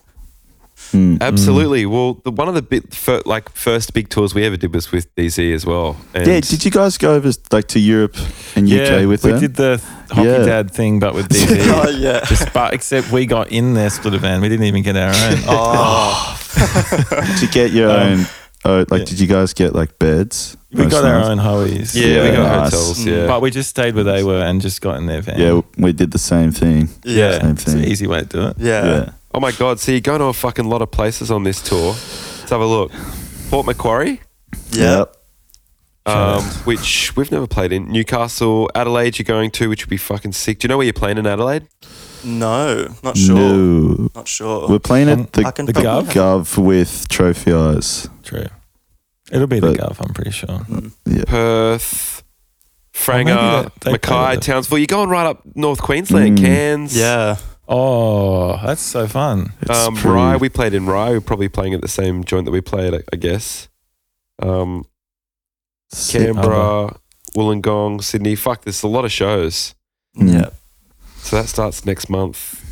S4: Mm.
S1: Absolutely. Well, the, one of the bit, fir- like first big tours we ever did was with DZ as well. And
S4: Yeah, did you guys go over like to Europe and UK
S2: Yeah,
S4: with
S2: we
S4: them?
S2: did the hockey
S4: Yeah.
S2: dad thing, but with
S5: oh
S2: DZ.
S5: yeah.
S2: Just- but except we got in their splitter van. We didn't even get our own.
S5: Oh,
S4: Did you get your
S2: Um,
S4: own? Oh, like,
S2: yeah.
S4: did you guys get like beds?
S2: we
S4: Most
S2: got our
S4: nights?
S2: own hoeies.
S1: Yeah, we
S4: Yeah,
S1: got
S4: nice.
S1: hotels.
S5: Mm.
S1: Yeah.
S2: But we just stayed where they were and just got in their van.
S4: Yeah, we did the same thing.
S5: yeah.
S4: Same
S2: It's an
S4: thing.
S2: easy way to do it.
S5: Yeah.
S4: Yeah.
S1: oh my God. So you're going to a fucking lot of places on this tour. Let's have a look. Port Macquarie,
S5: Yeah.
S4: Yep.
S1: um, which we've never played in. Newcastle, Adelaide, you're going to, which would be fucking sick. Do you know where you're playing in Adelaide?
S5: No, not sure.
S4: No.
S5: Not sure.
S4: We're playing
S2: Um,
S4: at the,
S5: I can
S4: the
S5: fucking
S4: Gov.
S5: have-
S4: with Trophy Eyes.
S2: True. It'll be the
S4: But-
S2: Gov, I'm pretty sure.
S5: Mm.
S4: Yeah.
S1: Perth,
S2: Oh,
S1: Franger,
S2: maybe they- they played
S1: Mackay,
S2: it.
S1: Townsville. You're going right up North Queensland,
S4: Mm.
S1: Cairns.
S5: yeah.
S2: Oh, that's so fun.
S4: It's
S1: Um,
S4: pretty-
S1: Rye, we played in Rye. We're probably playing at the same joint that we played, I, I guess. Um,
S4: sick. Oh.
S1: Canberra, Wollongong, Sydney. Fuck, there's a lot of shows.
S4: Mm.
S5: Yeah.
S1: So that starts next month.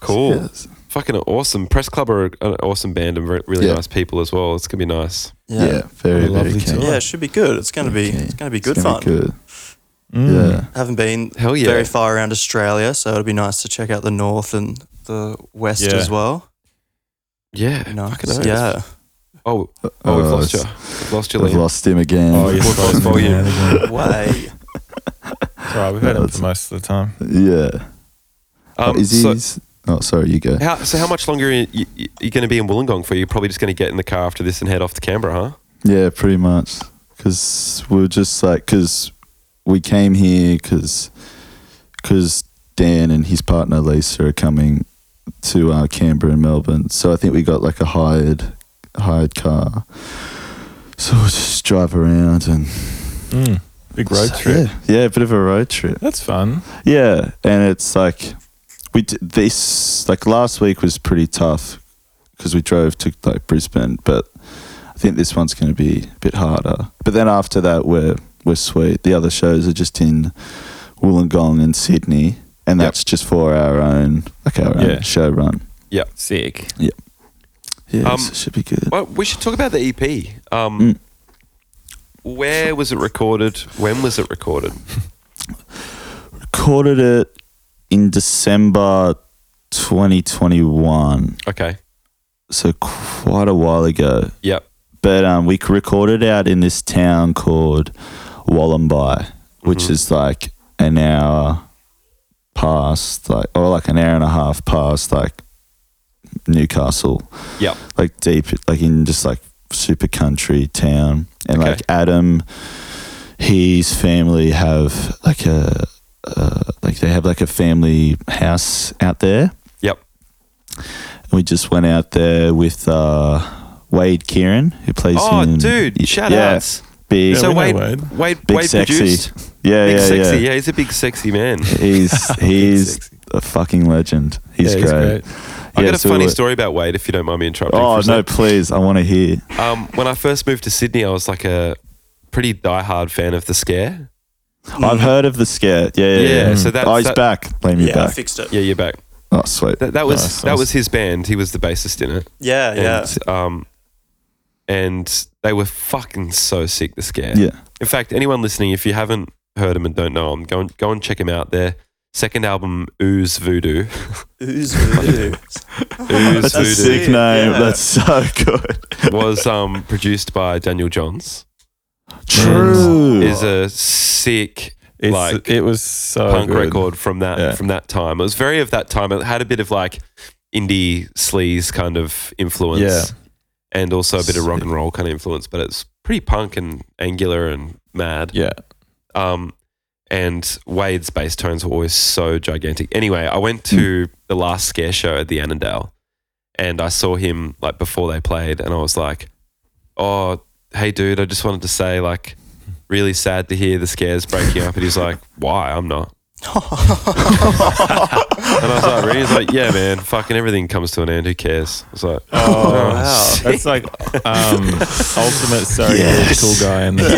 S1: Cool.
S4: Yes.
S1: Fucking awesome. Press Club are an awesome band and re- really
S4: Yeah.
S1: nice people as well. It's going to be nice.
S4: Yeah. very,
S5: Yeah.
S2: What a
S4: very
S2: lovely
S4: keen.
S2: tour.
S5: Yeah, it should be good. It's gonna be
S4: Okay.
S5: it's gonna be
S4: It's
S5: good
S4: gonna
S5: fun.
S4: be good.
S2: Mm.
S4: Yeah.
S5: Haven't been
S1: Hell yeah.
S5: very far around Australia, so it'll be nice to check out the north and the west
S2: Yeah.
S5: as well.
S1: yeah.
S5: You know?
S1: Fucking oath.
S5: yeah.
S1: Oh, oh, we've
S4: Uh,
S1: lost you.
S4: s-
S1: We've lost you,
S4: I've
S1: Liam.
S4: lost him again.
S2: Oh, you're
S1: Four
S2: supposed
S1: times
S2: to be
S1: volume.
S2: mad again.
S5: Way.
S2: It's all right, we've had
S4: No,
S2: him
S4: it's-
S2: for most of the time.
S4: Yeah.
S1: Um,
S4: Is
S1: so,
S4: he? Oh, sorry. You go.
S1: how, so how much longer are you, you, you going to be in Wollongong for? You're probably just going to get in the car after this and head off to Canberra, huh?
S4: Yeah, pretty much. Because we're just like, because we came here because Dan and his partner Lisa are coming to uh, Canberra and Melbourne. So I think we got like a hired hired car. So we'll just drive around and
S2: Mm. Big road
S4: So,
S2: trip.
S4: Yeah, yeah, a bit of a road trip.
S2: That's fun.
S4: Yeah, and it's like we d- this like last week was pretty tough because we drove to like Brisbane, but I think this one's going to be a bit harder. But then after that, we're we're sweet. The other shows are just in Wollongong and Sydney, and
S1: Yep.
S4: that's just for our own like our
S2: Yeah.
S4: own show run.
S2: Sick.
S4: Yeah,
S1: Um,
S4: so it should be good.
S1: Well, we should talk about the EP. Um,
S4: Mm.
S1: Where was it recorded? When was it recorded?
S4: Recorded it in December 2021,
S1: Okay.
S4: so quite a while ago.
S1: Yep.
S4: but um, we c- recorded out in this town called Wollombi, which
S1: Mhm.
S4: is like an hour past, like or like an hour and a half past, like Newcastle.
S1: Yep.
S4: Like deep, like in just like super country town, and
S1: Okay.
S4: like Adam, his family have like a. Uh, like they have like a family house out there,
S1: Yep.
S4: we just went out there with uh, Wade Kieran, who plays.
S1: Oh,
S4: in,
S1: dude! Shout
S4: yeah,
S1: outs.
S4: Big,
S2: Yeah,
S1: so
S2: we know
S1: Wade,
S2: Wade.
S1: Wade, Wade,
S4: big sexy.
S1: produced.
S4: Yeah,
S1: big
S4: yeah,
S1: sexy.
S4: yeah.
S1: Yeah, he's a big sexy man.
S4: He's he's a fucking legend. He's,
S2: Yeah,
S4: great.
S1: I
S4: Yeah,
S1: got a
S4: so
S1: funny
S4: we-
S1: story about Wade, if you don't mind me interrupting.
S4: Oh
S1: for a
S4: no,
S1: sec.
S4: please! I want to hear.
S1: Um, when I first moved to Sydney, I was like a pretty diehard fan of The Scare.
S5: Hmm.
S4: I've heard of the scare. Yeah, yeah,
S1: Yeah,
S4: yeah.
S1: so that's-
S4: oh, he's
S1: that-
S4: back. Lay me
S5: Yeah, I
S4: back.
S5: fixed it.
S1: Yeah, you're back.
S4: Oh, sweet.
S1: That, that was
S4: Nice,
S1: that
S4: nice.
S1: was his band. He was the bassist in it.
S5: Yeah,
S1: And,
S5: yeah.
S1: Um, and they were fucking so sick. The Scare.
S4: Yeah,
S1: In fact, anyone listening, if you haven't heard him and don't know him, go and, go and check him out. Their second album, Ooze Voodoo.
S5: Who's voodoo?
S1: Ooze
S4: that's a
S1: Voodoo
S4: sick name.
S5: Yeah.
S4: That's so good.
S1: was um, produced by Daniel Johns.
S4: True.
S1: Is a sick
S2: It's,
S1: Like,
S2: it was so
S1: punk
S2: good.
S1: record from that
S2: Yeah.
S1: from that time. It was very of that time. It had a bit of like indie sleaze kind of influence.
S2: Yeah.
S1: And also a bit of rock and roll kind of influence, but it's pretty punk and angular and mad.
S2: Yeah.
S1: Um, and Wade's bass tones were always so gigantic. Anyway, I went to the last scare show at the Annandale and I saw him like before they played and I was like, Oh, hey dude, I just wanted to say like really sad to hear the scares breaking up and he's like, Why? I'm not. and I was like, really? He's like, yeah, man, fucking everything comes to an end. Who cares? I was like,
S2: Oh,
S1: wow.
S2: That's like um, ultimate surrogate
S4: Yes.
S2: cool guy in the
S4: yeah,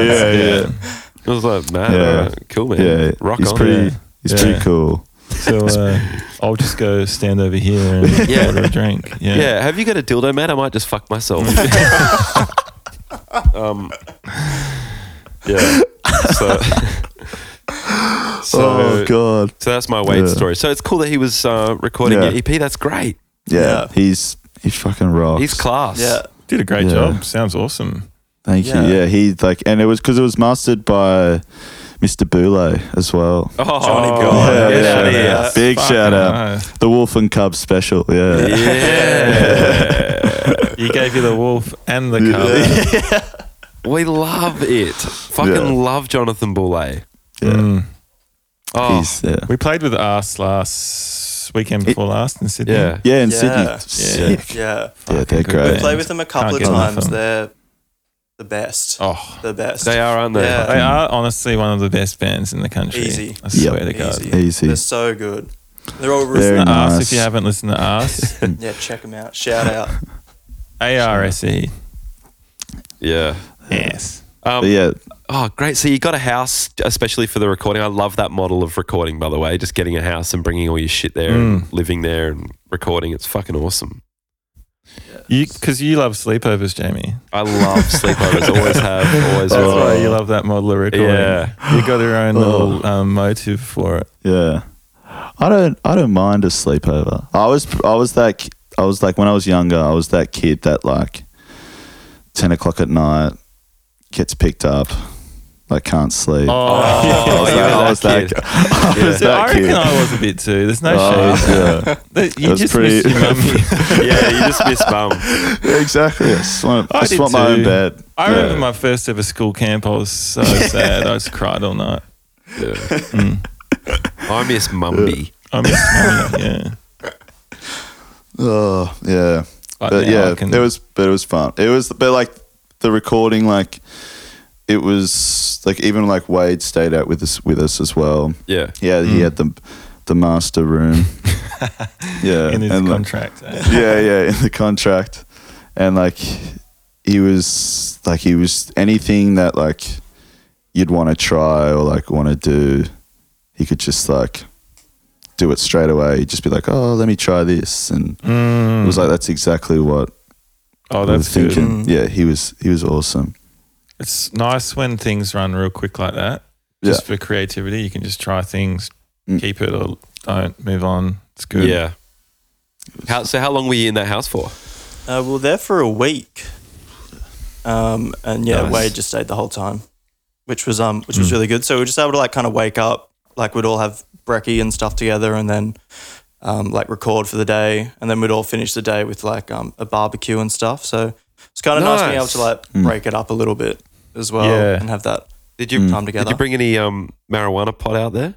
S4: yeah, yeah.
S1: I was like, man,
S4: Yeah.
S1: alright, cool, man.
S4: Yeah,
S1: Rock
S4: he's
S1: on.
S4: pretty.
S2: Yeah.
S4: He's
S2: Yeah.
S4: pretty cool.
S2: So uh, I'll just go stand over here and
S1: Yeah.
S2: order a drink. Yeah.
S1: yeah. have you got a dildo, man? I might just fuck myself. um, yeah. So, so,
S4: oh god.
S1: so that's my Wade
S4: Yeah.
S1: story. So it's cool that he was uh, recording
S4: Yeah.
S1: your EP. That's great.
S4: Yeah,
S5: Yeah.
S4: he's he fucking rocks.
S1: He's class.
S5: yeah.
S2: Did a great
S4: Yeah.
S2: job. Sounds awesome.
S4: Thank
S5: Yeah.
S4: you. Yeah, he like, and it was because it was mastered by Mr. Boulay as well.
S1: Oh,
S5: Johnny
S1: God.
S5: God.
S1: Yeah,
S5: Yeah,
S1: get out of
S5: yeah.
S1: here.
S4: Big
S2: Fucking
S4: shout out,
S2: nice.
S4: the Wolf and Cub special. Yeah,
S1: Yeah.
S2: He gave you the wolf and the cub.
S1: we love it. Fucking
S4: Yeah.
S1: love Jonathan Boulay.
S2: Mm.
S1: Oh,
S4: He's, uh, yeah,
S2: We played with us last weekend before last in Sydney.
S1: yeah.
S4: yeah, in
S5: Yeah. Yeah.
S4: Sydney, sick. Yeah, they're
S5: Yeah.
S2: good.
S4: great.
S5: Play with them a couple
S2: Can't get
S5: of
S2: enough of
S5: times.
S2: them.
S5: They're the best.
S2: Oh,
S5: The best.
S1: They are, aren't they?
S5: Yeah.
S2: they are honestly one of the best bands in the country.
S5: Easy.
S2: I swear
S4: Yep.
S2: to God.
S5: Easy.
S4: Easy.
S5: They're so good. They're all
S4: Very
S2: Listen
S5: really
S2: to us
S4: nice.
S2: if you haven't listened to us.
S5: Yeah, check them out. Shout out.
S2: A R S E.
S1: Yeah.
S2: Yes.
S1: Um,
S4: But yeah,
S1: Oh, great. So you got a house, especially for the recording. I love that model of recording, by the way. Just getting a house and bringing all your shit there and living there and recording. It's fucking awesome.
S2: You because you love sleepovers, Jamie.
S1: I love sleepovers. always have, always
S2: That's
S4: Oh.
S1: will.
S2: why you love that model of recording.
S1: Yeah.
S2: You got your own little
S4: Oh.
S2: um, motive for it.
S4: yeah. I don't, I don't mind a sleepover. I was, I was that, ki- I was like when I was younger, I was that kid that like ten o'clock at night gets picked up, like can't sleep.
S2: Oh,
S4: I was,
S1: you were
S4: that, I
S1: that
S4: was
S1: kid.
S4: that kid. I was
S2: Dude, I
S4: that
S2: reckon
S4: kid.
S2: I was a bit too. There's no
S4: Oh,
S2: shade. That- You
S4: That's
S2: just
S4: pretty-
S2: missed your mummy.
S1: yeah, you just miss mum.
S4: yeah. exactly. I swam, I
S2: I did
S4: swam my own
S2: too.
S4: bed.
S2: I
S4: Yeah.
S2: remember my first ever school camp. I was so sad. I just cried all night.
S1: Yeah. I miss Mumby.
S2: I miss mummy. Yeah.
S4: Oh, yeah.
S2: But
S4: but
S2: now
S4: yeah,
S2: I can-
S4: it was but it was fun. It was but like the recording, like it was like even like Wade stayed out with us with us as well.
S1: Yeah.
S4: Yeah, he had
S2: Mm.
S4: the the master room. yeah,
S2: in his
S4: and, like,
S2: contract. eh?
S4: yeah, yeah, in the contract, and like he was like he was anything that like you'd want to try or like want to do, he could just like do it straight away. He'd just be like, "Oh, let me try this," and
S2: Mm.
S1: Hmm.
S4: it was like that's exactly what
S2: oh,
S4: I was
S2: that's good.
S4: thinking.
S5: Hmm.
S4: Yeah, he was he was awesome.
S2: It's nice when things run real quick like that. Just for creativity, you can just try things,
S4: Mm.
S2: keep it or don't move on. It's good.
S1: Yeah. How, so how long were you in that house for?
S5: Uh, we were there for a week, um, and yeah,
S1: Nice. Hmm.
S5: Wade just stayed the whole time, which was um, which was really good. So we were just able to like kind of wake up, like we'd all have brekkie and stuff together, and then um, like record for the day, and then we'd all finish the day with like um, a barbecue and stuff. So it's kind of nice. being able
S1: Nice. Hmm.
S5: to like break it up a little bit as well,
S2: Yeah.
S5: and have that
S1: Did you
S5: time
S1: did
S5: together.
S1: you bring any um, marijuana pot out there?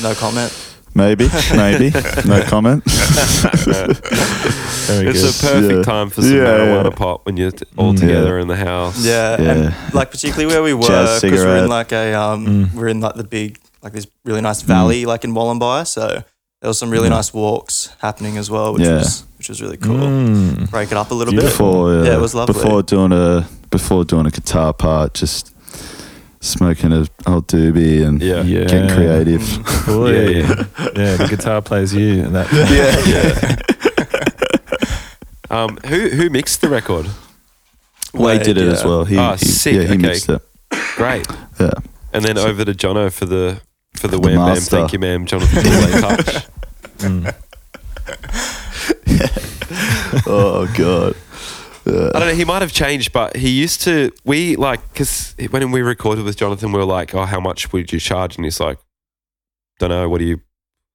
S5: no comment.
S4: Maybe, maybe, no comment.
S2: Very
S1: It's a
S2: good.
S1: perfect
S4: Yeah.
S1: time for some
S4: Yeah,
S1: marijuana
S4: yeah.
S1: pot when you're t- all together in the house.
S5: Yeah,
S4: Yeah.
S5: and like particularly where we were,
S4: Jazz
S5: because
S4: cigarette. Mm.
S5: we're in like a um, we're in like the big like this really nice valley like in Wollombi, so there was some really nice walks happening as well, which
S4: Yeah.
S5: was which was really cool.
S2: Mm.
S5: Break it up a little
S4: before uh,
S5: Yeah, it was lovely.
S4: Before doing a before doing a guitar part, just smoking a old doobie and
S1: Yeah.
S2: Yeah.
S4: getting creative.
S5: Mm.
S2: Boy.
S1: Yeah,
S2: Yeah, the guitar plays you. And that,
S1: Um, who who mixed the record?
S5: bit.
S4: Wade did it as
S5: yeah.
S4: well. He,
S1: Ah,
S4: he-
S1: sick,
S4: Yeah, he
S1: okay.
S4: mixed it.
S1: Great.
S4: Yeah,
S1: And then over to Jono for the for the,
S4: the
S1: wham bam.
S4: master.
S1: Thank you, ma'am. Jonathan Double touch.
S2: Mm.
S4: oh god,
S1: I don't know. He might have changed, but he used to. We like because when we recorded with Jonathan, we were like, "Oh, how much would you charge?" And he's like, "Don't know. What do you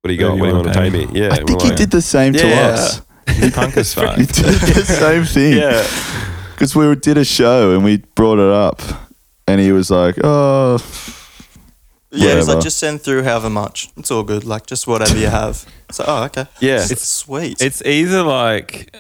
S1: What do you
S2: What
S1: got?
S2: do
S1: What do
S2: you
S1: you want
S2: wanna
S1: to
S2: pay
S1: pay
S2: me?"
S1: me?" Yeah.
S4: I
S1: and
S4: think
S1: we're
S4: he
S1: like,
S4: did the same to
S1: Yeah.
S4: us.
S2: you punk as fuck.
S4: He did the same thing.
S1: Yeah.
S4: because we did a show and we brought it up, and he was like, "Oh,
S5: Yeah, he's
S4: Whatever.
S5: like just send through however much. It's all good. Like just whatever you have. So oh okay.
S1: Yeah.
S5: it's sweet.
S2: It's either like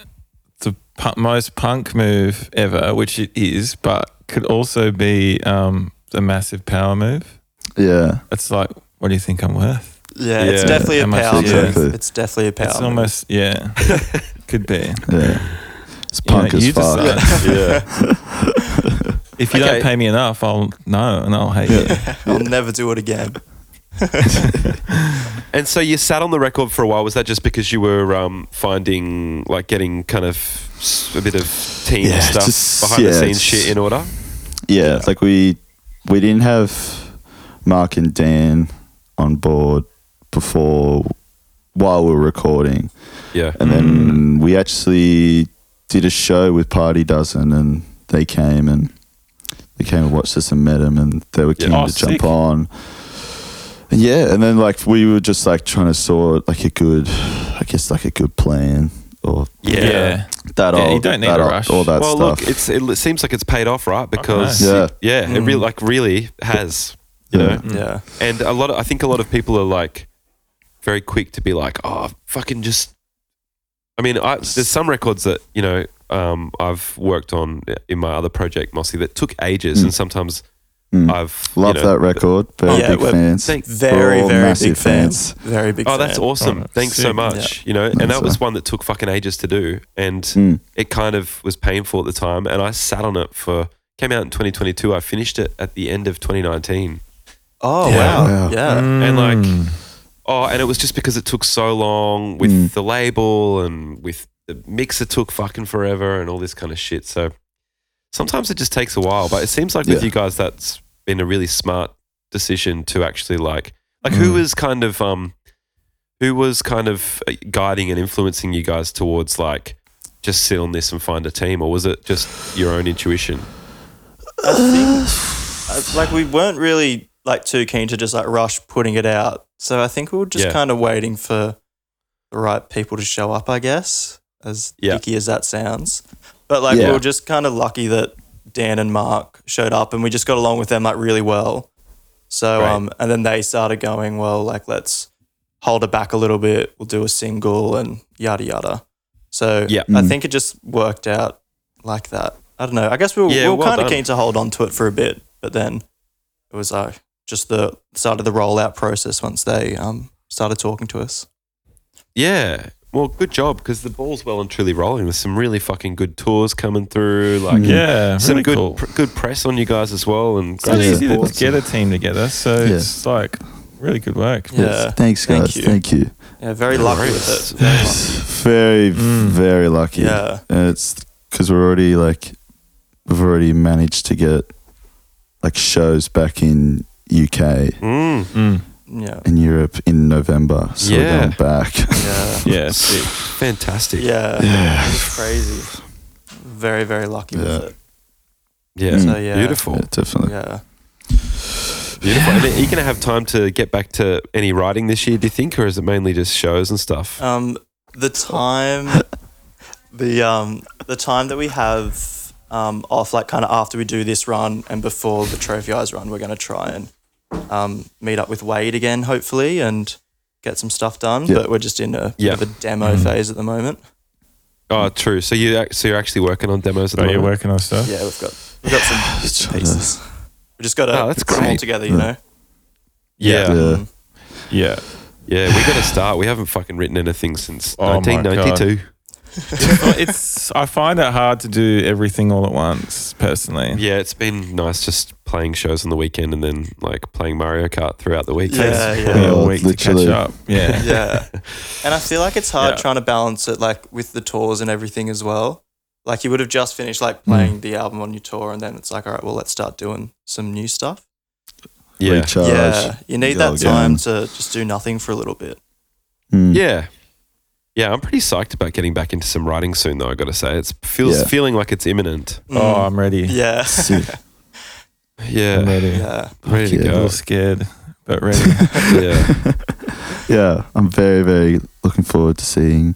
S2: the pu- most punk move ever, which it is, but could also be um, the massive power move.
S4: yeah."
S2: It's like, what do you think I'm worth?
S5: yeah, it's
S1: Yeah.
S5: definitely a
S2: How much
S5: power.
S4: is
S5: move.
S4: it? Exactly.
S5: It's definitely a power.
S2: It's
S5: move.
S2: almost, yeah, could be.
S4: Yeah. It's
S2: You know,
S4: punk
S2: you
S4: as fuck.
S2: decide.
S1: yeah.
S2: If you
S1: Okay.
S2: don't pay me enough, I'll no, and I'll hate you.
S5: I'll never do it again.
S1: And so you sat on the record for a while. Was that just because you were um, finding like getting kind of s- a bit of team
S4: Yeah,
S1: stuff
S4: just-
S1: behind
S4: yeah,
S1: the scenes
S4: it's-
S1: shit in order?
S4: Yeah, like we we didn't have Mark and Dan on board before while we were recording,
S1: Yeah.
S4: and
S2: Mm.
S4: then we actually did a show with Party Dozen, and they came and they came and watched us and met him, and they were keen
S2: Oh,
S4: to
S2: sick.
S4: jump on. And yeah, and then like we were just like trying to sort like a good, I guess like a good plan or
S1: Yeah.
S4: that
S2: Yeah, you
S4: old,
S2: don't need
S4: that
S2: a
S4: old-
S2: rush.
S4: all that
S1: well,
S4: stuff.
S1: look, it's it l- seems like it's paid off, right? Because
S4: Yeah.
S1: it- yeah, it
S2: Mm.
S1: really like really has, you
S4: Yeah.
S1: know.
S5: Yeah.
S1: And a lot, of, I think a lot of people are like very quick to be like, oh, fucking just. I mean, I, there's some records that you know um, I've worked on in my other project, Mossy, that took ages, and sometimes
S4: Mm.
S1: I've you
S4: Love
S1: know-
S4: that record. Very
S5: Yeah,
S4: big
S5: we're-
S4: fans.
S1: thank-
S5: Very,
S4: all
S5: very
S4: massive
S5: big fans. Very big.
S1: Oh, that's
S5: fan.
S1: awesome!
S2: Oh,
S1: Thanks so
S2: sick.
S1: much. You know, and
S4: Thanks,
S1: that was
S4: sir.
S1: one that took fucking ages to do, and
S4: Mm.
S1: it kind of was painful at the time. And I sat on it for came out in 2022. I finished it at the end of 2019.
S5: Oh
S2: Yeah.
S5: wow.
S4: Wow. Mm.
S5: Yeah.
S2: Mm.
S1: And, like, Oh, and it was just because it took so long with
S4: Mm.
S1: the label and with the mixer took fucking forever and all this kind of shit. So sometimes it just takes a while, but it seems like with
S4: Yeah.
S1: you guys, that's been a really smart decision to actually like, like
S4: Mm.
S1: who was kind of, um, who was kind of uh, guiding and influencing you guys towards like, just sit on this and find a team, or was it just your own intuition?
S5: I think, I it's like we weren't really like too keen to just like rush putting it out. So I think we were just
S1: Yeah.
S5: kind of waiting for the right people to show up, I guess, as
S1: Yeah.
S5: dicky as that sounds. But like
S4: Yeah.
S5: we were just kind of lucky that Dan and Mark showed up and we just got along with them like really well. So
S1: Right.
S5: um and then they started going, well, like let's hold it back a little bit, we'll do a single and yada yada. So
S1: Yeah.
S5: I
S4: Mm.
S5: think it just worked out like that. I don't know. I guess we were,
S1: Yeah,
S5: we were
S1: well
S5: kind of
S1: done.
S5: keen to hold on to it for a bit, but then it was uh, just the start of the rollout process once they um, started talking to us.
S1: Yeah. Well, good job because the ball's well and truly rolling with some really fucking good tours coming through. Like,
S2: Yeah,
S1: some
S2: really
S1: good
S2: cool.
S1: pr- good press on you guys as well. And
S2: It's not
S4: Yeah.
S2: easy to
S4: Awesome.
S2: get a team together, so
S4: Yeah.
S2: it's like really good work.
S5: Yeah.
S4: Thanks,
S5: Thank
S4: guys.
S5: you.
S4: Thank you.
S5: Yeah, very lucky with it.
S1: Very
S4: Very,
S2: Mm.
S4: very lucky.
S5: Yeah.
S4: And it's because we're already like, we've already managed to get like shows back in UK
S1: Mm.
S2: Mm.
S5: Yeah.
S4: and Europe in November. So
S1: Yeah.
S4: we're going back.
S5: Yeah.
S2: Yeah, sick.
S1: Fantastic.
S5: Yeah.
S4: Yeah.
S5: It was crazy. Very, very lucky
S4: Yeah.
S5: with it.
S1: Yeah.
S5: So, yeah.
S1: Beautiful.
S4: yeah, definitely.
S5: Yeah.
S1: Beautiful. And are you going to have time to get back to any writing this year, do you think? Or is it mainly just shows and stuff?
S5: Um, the time, the um, the time that we have um, off, like kind of after we do this run and before the trophy eyes run, we're going to try and um, meet up with Wade again, hopefully, and get some stuff done.
S4: Yeah.
S5: But we're just in a
S1: Yeah.
S5: bit of a demo phase at the moment.
S1: oh, true. So, you, ac- so you're actually working on demos at
S2: So
S1: the
S2: Oh, you're
S1: moment?
S2: working on stuff.
S5: Yeah, we've got we've got some bits and pieces. We just got to
S1: Oh, that's
S5: put them all
S1: great.
S5: together, you know.
S1: Yeah. yeah.
S4: Yeah.
S5: Mm.
S2: Yeah,
S1: we got to start. We haven't fucking written anything since
S2: Oh my
S1: 1992.
S2: it's. I find it hard to do everything all at once, personally.
S1: Yeah, it's been nice just playing shows on the weekend and then like playing Mario Kart throughout the week.
S5: Yeah,
S2: Takes
S5: yeah.
S2: me a
S4: Oh,
S2: week to
S4: literally.
S2: catch up. Yeah,
S5: yeah. And I feel like it's hard
S2: Yeah.
S5: trying to balance it like with the tours and everything as well. Like you would have just finished like
S4: Mm.
S5: playing the album on your tour and then it's like, all right, well let's start doing some new stuff.
S1: Yeah.
S4: Recharge.
S5: yeah. You need
S4: go
S5: that time
S4: again.
S5: to just do nothing for a little bit.
S4: Mm.
S1: Yeah. Yeah, I'm pretty psyched about getting back into some writing soon though, I gotta say. It's feels
S4: Yeah.
S1: feeling like it's imminent.
S2: Oh,
S5: Mm.
S2: I'm ready.
S5: yeah.
S4: Sick.
S1: Yeah.
S2: I'm ready.
S5: yeah.
S1: Ready
S4: uh, Yeah.
S1: to
S2: A little
S1: go.
S2: scared, but ready.
S1: yeah.
S4: yeah, I'm very, very looking forward to seeing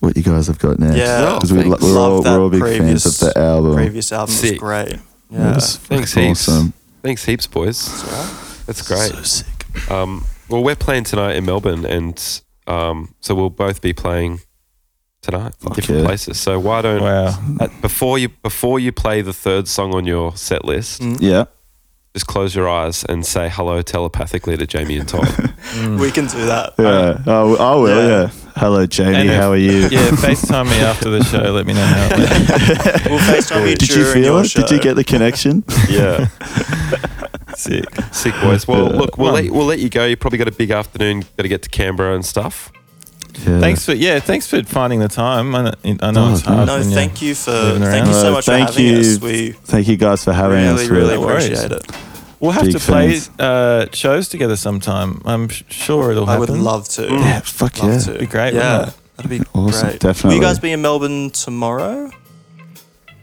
S4: what you guys have got next.
S5: Yeah.
S4: because we,
S1: Thanks.
S4: we're, all,
S5: Loved that
S4: we're all big
S5: previous-
S4: fans of the album.
S5: Previous album
S1: Sick.
S5: was great.
S4: It
S5: Yeah.
S4: was
S1: Thanks,
S4: fucking
S1: heaps.
S4: awesome.
S1: Thanks heaps, boys.
S5: It's all right.
S1: That's great.
S4: So sick.
S1: Um, well, we're playing tonight in Melbourne, and um, so we'll both be playing tonight in
S4: Fuck
S1: different
S4: yeah.
S1: places. So why don't
S2: wow.
S1: uh, before you before you play the third song on your set list,
S5: Mm.
S4: Yeah,
S1: just close your eyes and say hello telepathically to Jamie and Todd.
S5: We can do that.
S4: yeah. Oh, I will.
S5: Uh, Yeah.
S4: Yeah. Hello, Jamie.
S2: And if-
S4: how are you?
S2: Yeah, FaceTime me after the show. Let me know how it went.
S5: We'll FaceTime you
S4: Did you
S5: during
S4: feel
S5: your
S4: it?
S5: show.
S4: Did you get the connection?
S1: yeah,
S2: Sick.
S1: sick boys. Well, look, we'll
S2: One.
S1: let, we'll let you go. You probably got a big afternoon. Got to get to Canberra and stuff.
S4: Yeah.
S2: Thanks for yeah. Thanks for finding the time. I know, I know
S4: Oh,
S2: it's hard.
S5: No,
S2: when
S5: thank you for
S2: Moving
S5: thank you
S2: around.
S5: so
S4: No,
S5: much
S4: thank
S5: for having
S4: you.
S5: us. We
S4: Thank you guys for having us.
S5: really,
S4: We're-
S5: really
S2: No worries.
S5: appreciate it.
S2: We'll have
S4: Big
S2: to play
S4: fans.
S2: uh, shows together sometime. I'm sh- sure it'll
S5: I
S2: happen.
S5: would love to.
S4: Yeah, fuck
S5: Love
S4: yeah.
S5: to.
S2: Be great,
S5: Yeah,
S2: wouldn't
S5: that'd be
S4: Awesome,
S5: great.
S4: definitely.
S5: Will you guys be in Melbourne tomorrow?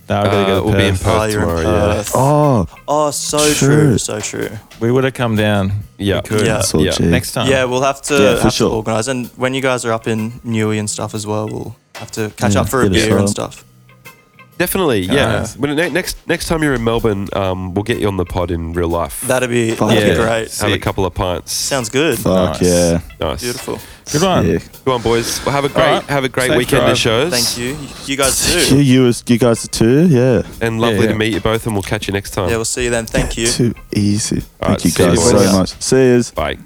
S2: No, we gotta
S1: Uh,
S2: go to
S1: we'll be in
S2: Perth.
S1: Perth
S5: oh, you're
S1: tomorrow.
S5: in
S1: yeah.
S5: Perth. Oh,
S4: Oh,
S5: so
S4: Shit.
S5: true, so true.
S2: We would have come down.
S1: Yeah.
S2: We could.
S5: Yeah.
S4: that's all
S1: Yeah.
S4: G.
S2: Next time.
S5: Yeah, we'll have to
S4: Yeah, for
S5: have
S4: sure.
S5: to organise. And when you guys are up in Newey and stuff as well, we'll have to catch
S4: Yeah,
S5: up for a
S4: get us
S5: beer and
S4: up.
S5: stuff.
S1: Definitely, yeah.
S2: Yeah.
S1: When ne- next next time you're in Melbourne, um, we'll get you on the pod in real life.
S5: That'd be
S4: Fuck
S5: that'd be
S4: yeah.
S5: great.
S1: Have a
S2: Sick.
S1: couple of pints.
S5: Sounds good.
S2: Nice.
S4: Fuck yeah.
S1: nice.
S5: Beautiful.
S2: Good one.
S4: Sick.
S1: Go on, boys. Well, have a great
S2: All right.
S1: have a great
S2: Safe
S1: weekend
S2: drive.
S1: of shows.
S5: Thank you. Y- You guys
S4: Yeah,
S5: too.
S4: you, as- you guys too. Yeah.
S1: And lovely
S2: Yeah, yeah.
S1: to meet you both, and we'll catch you next time.
S5: Yeah, we'll see you then. Thank you.
S4: Too easy.
S1: All right,
S4: Thank you
S1: see you
S4: guys so
S1: boys.
S4: much. See yous.
S1: Bye.